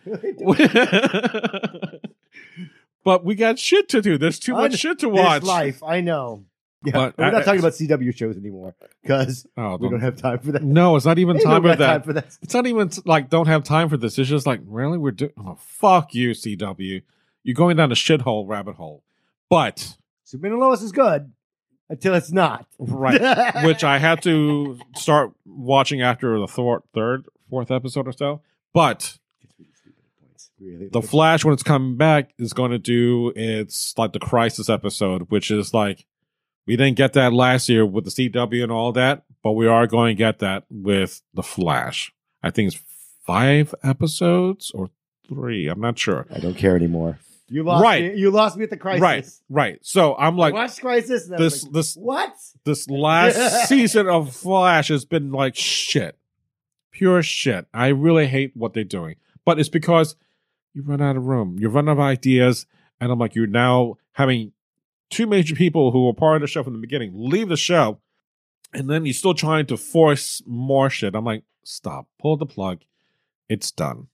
Speaker 1: but we got shit to do. There's too
Speaker 2: On
Speaker 1: much shit to
Speaker 2: This
Speaker 1: watch.
Speaker 2: life, I know. Yeah,
Speaker 1: But
Speaker 2: we're not
Speaker 1: I-
Speaker 2: talking about CW shows anymore because
Speaker 1: Oh,
Speaker 2: we don't
Speaker 1: don't-
Speaker 2: have time for that.
Speaker 1: no, it's not even
Speaker 2: Ain't
Speaker 1: time
Speaker 2: nobody
Speaker 1: for
Speaker 2: got
Speaker 1: that.
Speaker 2: time for that.
Speaker 1: It's not even like don't have time for this. It's just like really we're doing. Oh, fuck you, CW. You're going down a shithole rabbit hole. But
Speaker 2: Superman and Lois is good until it's not.
Speaker 1: right, [laughs]
Speaker 2: [laughs]
Speaker 1: which I had to start watching after the thor- third, fourth episode or so. But
Speaker 2: really
Speaker 1: the Flash, when it's coming back, is going to do its like the Crisis episode, which is like we didn't get that last year with the CW and all that, but we are going to get that with the Flash. I think it's five episodes or three. I'm not sure.
Speaker 2: I don't care anymore. You lost
Speaker 1: Right.
Speaker 2: me. You lost me at the crisis.
Speaker 1: Right, right. So I'm
Speaker 2: Like
Speaker 1: like
Speaker 2: watch crisis. And I was
Speaker 1: this,
Speaker 2: like,
Speaker 1: this,
Speaker 2: what?
Speaker 1: this last season of Flash has been like shit, pure shit. I really hate what they're doing, but it's because you run out of room, you run out of ideas, and I'm like, you're now having two major people who were part of the show from the beginning leave the show, and then you're still trying to force more shit. I'm like, stop, pull the plug, it's done.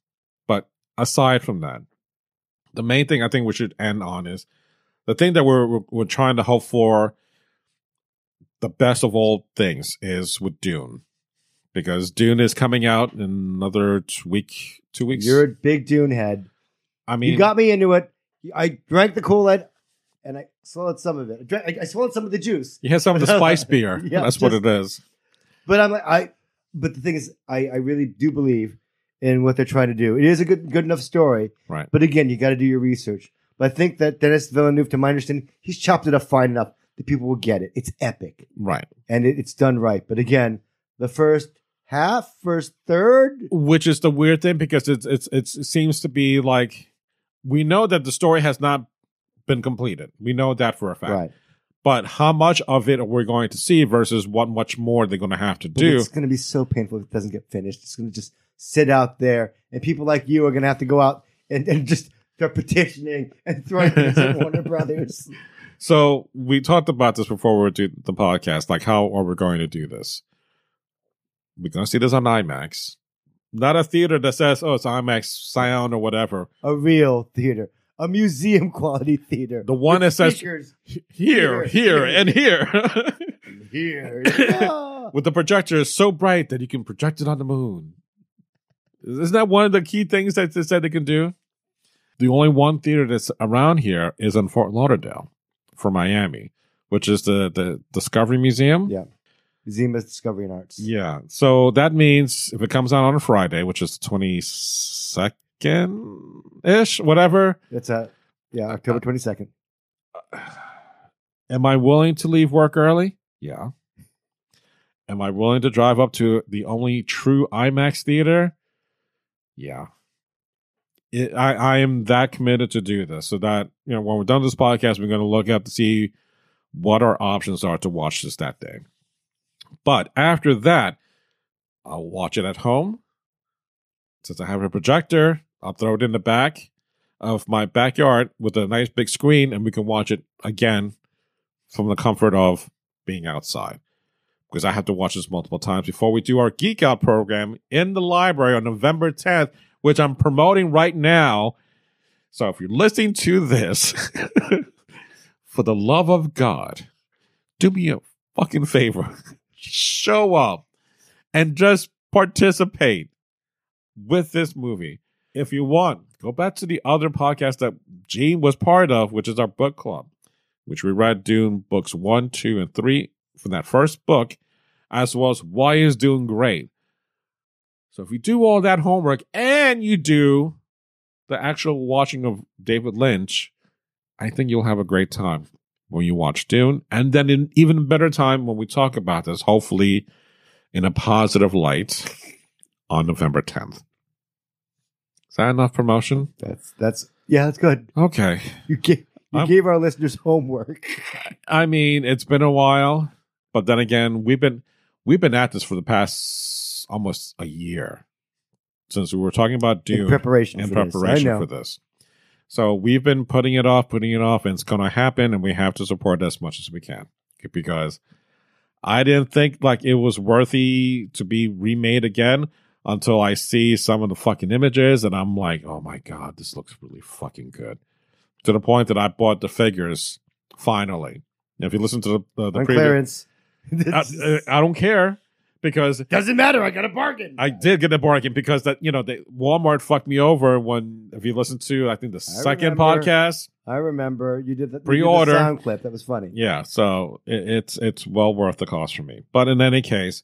Speaker 1: But aside from that, the main thing I think we should end on is the thing that we're we're, we're trying to hope for the best of all things is with Dune because Dune is coming out in another t- week, two weeks.
Speaker 2: You're a big Dune head.
Speaker 1: I mean,
Speaker 2: you got me into it. I drank the Kool Aid, and I swallowed some of it. I, drank, I, I swallowed some of the juice,
Speaker 1: you had some of
Speaker 2: [laughs]
Speaker 1: the spice beer.
Speaker 2: Yeah,
Speaker 1: That's what
Speaker 2: just-
Speaker 1: it is.
Speaker 2: but I'm like I. But the thing is, I, I really do believe in what they're trying to do. It is a good good enough story,
Speaker 1: Right.
Speaker 2: But again, you got to do your research. But I think that Dennis Villeneuve, to my understanding, he's chopped it up fine enough that people will get it. It's epic.
Speaker 1: Right.
Speaker 2: and it, it's done right. But again, the first half, first third,
Speaker 1: Which is the weird thing because it's it's it's it seems to be like we know that the story has not been completed. We know that for a fact.
Speaker 2: right?
Speaker 1: But how much of it we're going to see versus what much more they're going to have to
Speaker 2: But
Speaker 1: do.
Speaker 2: it's going to be so painful if it doesn't get finished. It's going to just sit out there, and people like you are going to have to go out and, and just start petitioning and throwing things at
Speaker 1: [laughs]
Speaker 2: Warner Brothers.
Speaker 1: So we talked about this before we were doing the podcast. Like, how are we going to do this? We're going to see this on IMAX, not a theater that says, "Oh, it's IMAX sound" or whatever.
Speaker 2: A real theater, a museum quality theater.
Speaker 1: The one that says
Speaker 2: Speakers
Speaker 1: "here,
Speaker 2: Here,
Speaker 1: here,
Speaker 2: here."
Speaker 1: and here," [laughs]
Speaker 2: in here. Yeah.
Speaker 1: with the projector so bright that you can project it on the moon. Isn't that one of the key things that they said they can do? The only one theater that's around here is in Fort Lauderdale, for Miami, which is the the Discovery Museum.
Speaker 2: Yeah. Museum of Discovery and Arts.
Speaker 1: Yeah. So that means if it comes out on a Friday, which is the 22nd ish, whatever,
Speaker 2: It's a
Speaker 1: Uh,
Speaker 2: yeah October twenty second.
Speaker 1: [sighs] am I willing to leave work early? Yeah. Am I willing to drive up to the only true IMAX theater? Yeah. It, I, I am that committed to do this so that, you know, when we're done with this podcast, we're going to look up to see what our options are to watch this that day. But after that, I'll watch it at home. Since I have a projector, I'll throw it in the back of my backyard with a nice big screen and we can watch it again from the comfort of being outside. Because I have to watch this multiple times before we do our Geek Out program in the library on November 10th, which I'm promoting right now. So if you're listening to this, [laughs] for the love of God, do me a fucking favor. [laughs] Show up and just participate with this movie. If you want, go back to the other podcast that Gene was part of, which is our book club, which we read Dune books one, two, and three from that first book, as well as Why is Dune Great? So if you do all that homework and you do the actual watching of David Lynch, I think you'll have a great time when you watch Dune. And then an even better time when we talk about this, hopefully in a positive light on November 10th. Is that enough promotion?
Speaker 2: That's that's yeah that's good.
Speaker 1: Okay.
Speaker 2: You gave you
Speaker 1: I'm-
Speaker 2: gave our listeners homework.
Speaker 1: I mean, it's been a while, but then again, we've been we've been at this for the past almost a year since we were talking about
Speaker 2: in
Speaker 1: Dune
Speaker 2: preparation
Speaker 1: in
Speaker 2: for
Speaker 1: preparation
Speaker 2: this. I know.
Speaker 1: for this. So we've been putting it off, putting it off, and it's going to happen, and we have to support it as much as we can because I didn't think like it was worthy to be remade again until I see some of the fucking images and I'm like, oh my god, this looks really fucking good. To the point that I bought the figures finally. If you listen to the Uh, the, the
Speaker 2: on
Speaker 1: previous,
Speaker 2: [laughs] clearance.
Speaker 1: I, I I don't care because
Speaker 2: Doesn't matter. I got a bargain.
Speaker 1: I did get a bargain because that you know they, Walmart fucked me over when if you listen to I think the second
Speaker 2: remember.
Speaker 1: podcast.
Speaker 2: I remember you did the you did the
Speaker 1: Pre-order.
Speaker 2: sound clip. That was funny.
Speaker 1: Yeah, so it, it's it's well worth the cost for me. But in any case,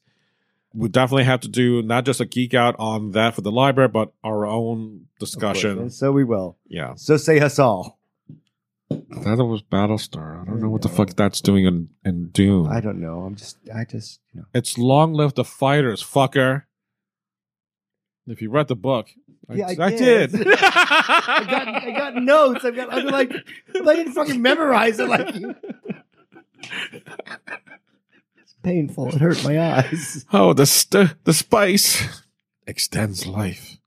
Speaker 1: we definitely have to do not just a geek out on that for the library, but our own
Speaker 2: Of course,
Speaker 1: discussion.
Speaker 2: And so we will.
Speaker 1: Yeah,
Speaker 2: So say us all.
Speaker 1: that was Battlestar. I don't know what the
Speaker 2: Yeah.
Speaker 1: fuck that's doing in in Dune.
Speaker 2: I don't know. I'm just. I just. You know.
Speaker 1: it's long live the fighters, fucker. If you read the book,
Speaker 2: Yeah, I
Speaker 1: did.
Speaker 2: did. [laughs] I got. I got notes. I've got. I'm like. I didn't fucking memorize it like you. It's painful. It hurt my eyes.
Speaker 1: Oh, the st- the spice extends life.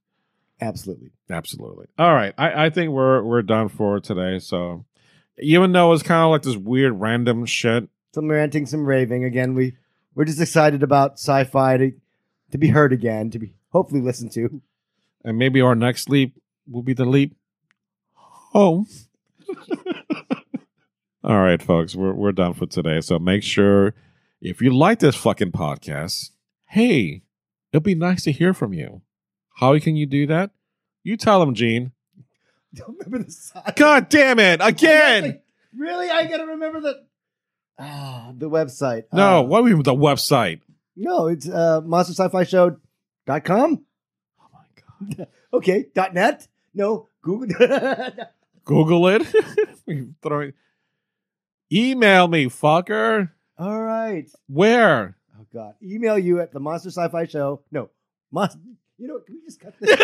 Speaker 2: Absolutely.
Speaker 1: Absolutely. All right, I, I think we're we're done for today. So even though it's kind of like this weird random shit,
Speaker 2: Some ranting, some raving. Again, we we're just excited about sci-fi to to be heard again, to be hopefully listened to. [laughs]
Speaker 1: and maybe our next leap will be the leap home. [laughs] All right, folks, we're we're done for today. So make sure if you like this fucking podcast, hey, it'll be nice to hear from you. How can you do that? You tell them, Gene.
Speaker 2: Don't remember the sci-
Speaker 1: God damn it! Again.
Speaker 2: Like, really, I gotta remember the ah the website.
Speaker 1: No,
Speaker 2: Uh,
Speaker 1: what we the website?
Speaker 2: No, it's uh, monster sci-fi show dot com.
Speaker 1: Oh my god.
Speaker 2: [laughs] Okay, dot net. No, Google. [laughs]
Speaker 1: Google it. [laughs] We throw it. Email me, fucker.
Speaker 2: All right.
Speaker 1: Where? [laughs]
Speaker 2: Oh God, email you at the monster sci-fi show. No, monster. You know, what, can we just cut
Speaker 1: [laughs]
Speaker 2: this?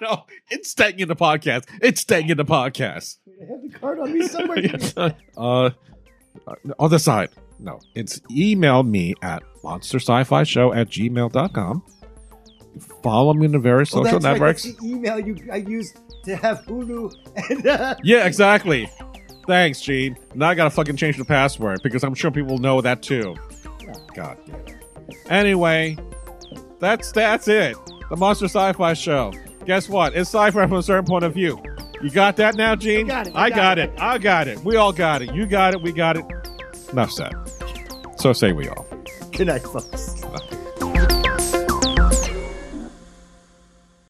Speaker 1: no, it's staying in the podcast. It's staying in the podcast. [laughs]
Speaker 2: I have the card on me somewhere.
Speaker 1: uh, other side. No, it's email me at monster sci-fi show at gmail.com. Follow me in the various
Speaker 2: Well,
Speaker 1: social
Speaker 2: that's right,
Speaker 1: networks.
Speaker 2: that's the email you I used to have Hulu and [laughs] uh,
Speaker 1: [laughs] Yeah, exactly. Thanks, Gene. Now I gotta fucking change the password because I'm sure people know that too. God damn it. Anyway, that's that's it. The Monster Sci-Fi Show. Guess what? It's sci-fi from a certain point of view. You got that now, Gene?
Speaker 2: got it, I
Speaker 1: I
Speaker 2: got
Speaker 1: got it. I got it. We all got it. You got it. We got it. Enough said. So say we all.
Speaker 2: good night, folks.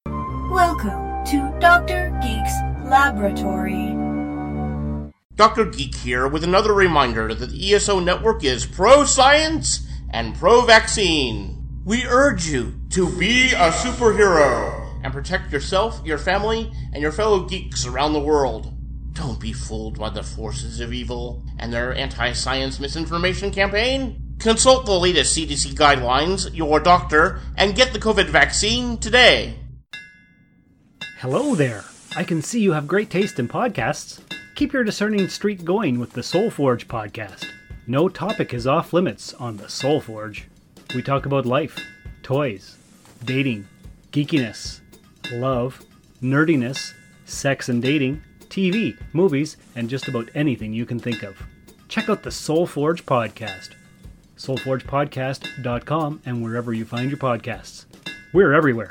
Speaker 3: Welcome to Dr. Geek's Laboratory.
Speaker 4: Dr. Geek here with another reminder that the ESO network is pro science and pro vaccine. We urge you to be a superhero and protect yourself, your family, and your fellow geeks around the world. Don't be fooled by the forces of evil and their anti science misinformation campaign. Consult the latest CDC guidelines, your doctor, and get the COVID vaccine today.
Speaker 5: Hello there. I can see you have great taste in podcasts. Keep your discerning streak going with the Soul Forge podcast. No topic is off limits on the Soul Forge. We talk about life, toys, dating, geekiness, love, nerdiness, sex and dating, TV, movies, and just about anything you can think of. Check out the Soul Forge podcast, soulforgepodcast.com, and wherever you find your podcasts. We're everywhere.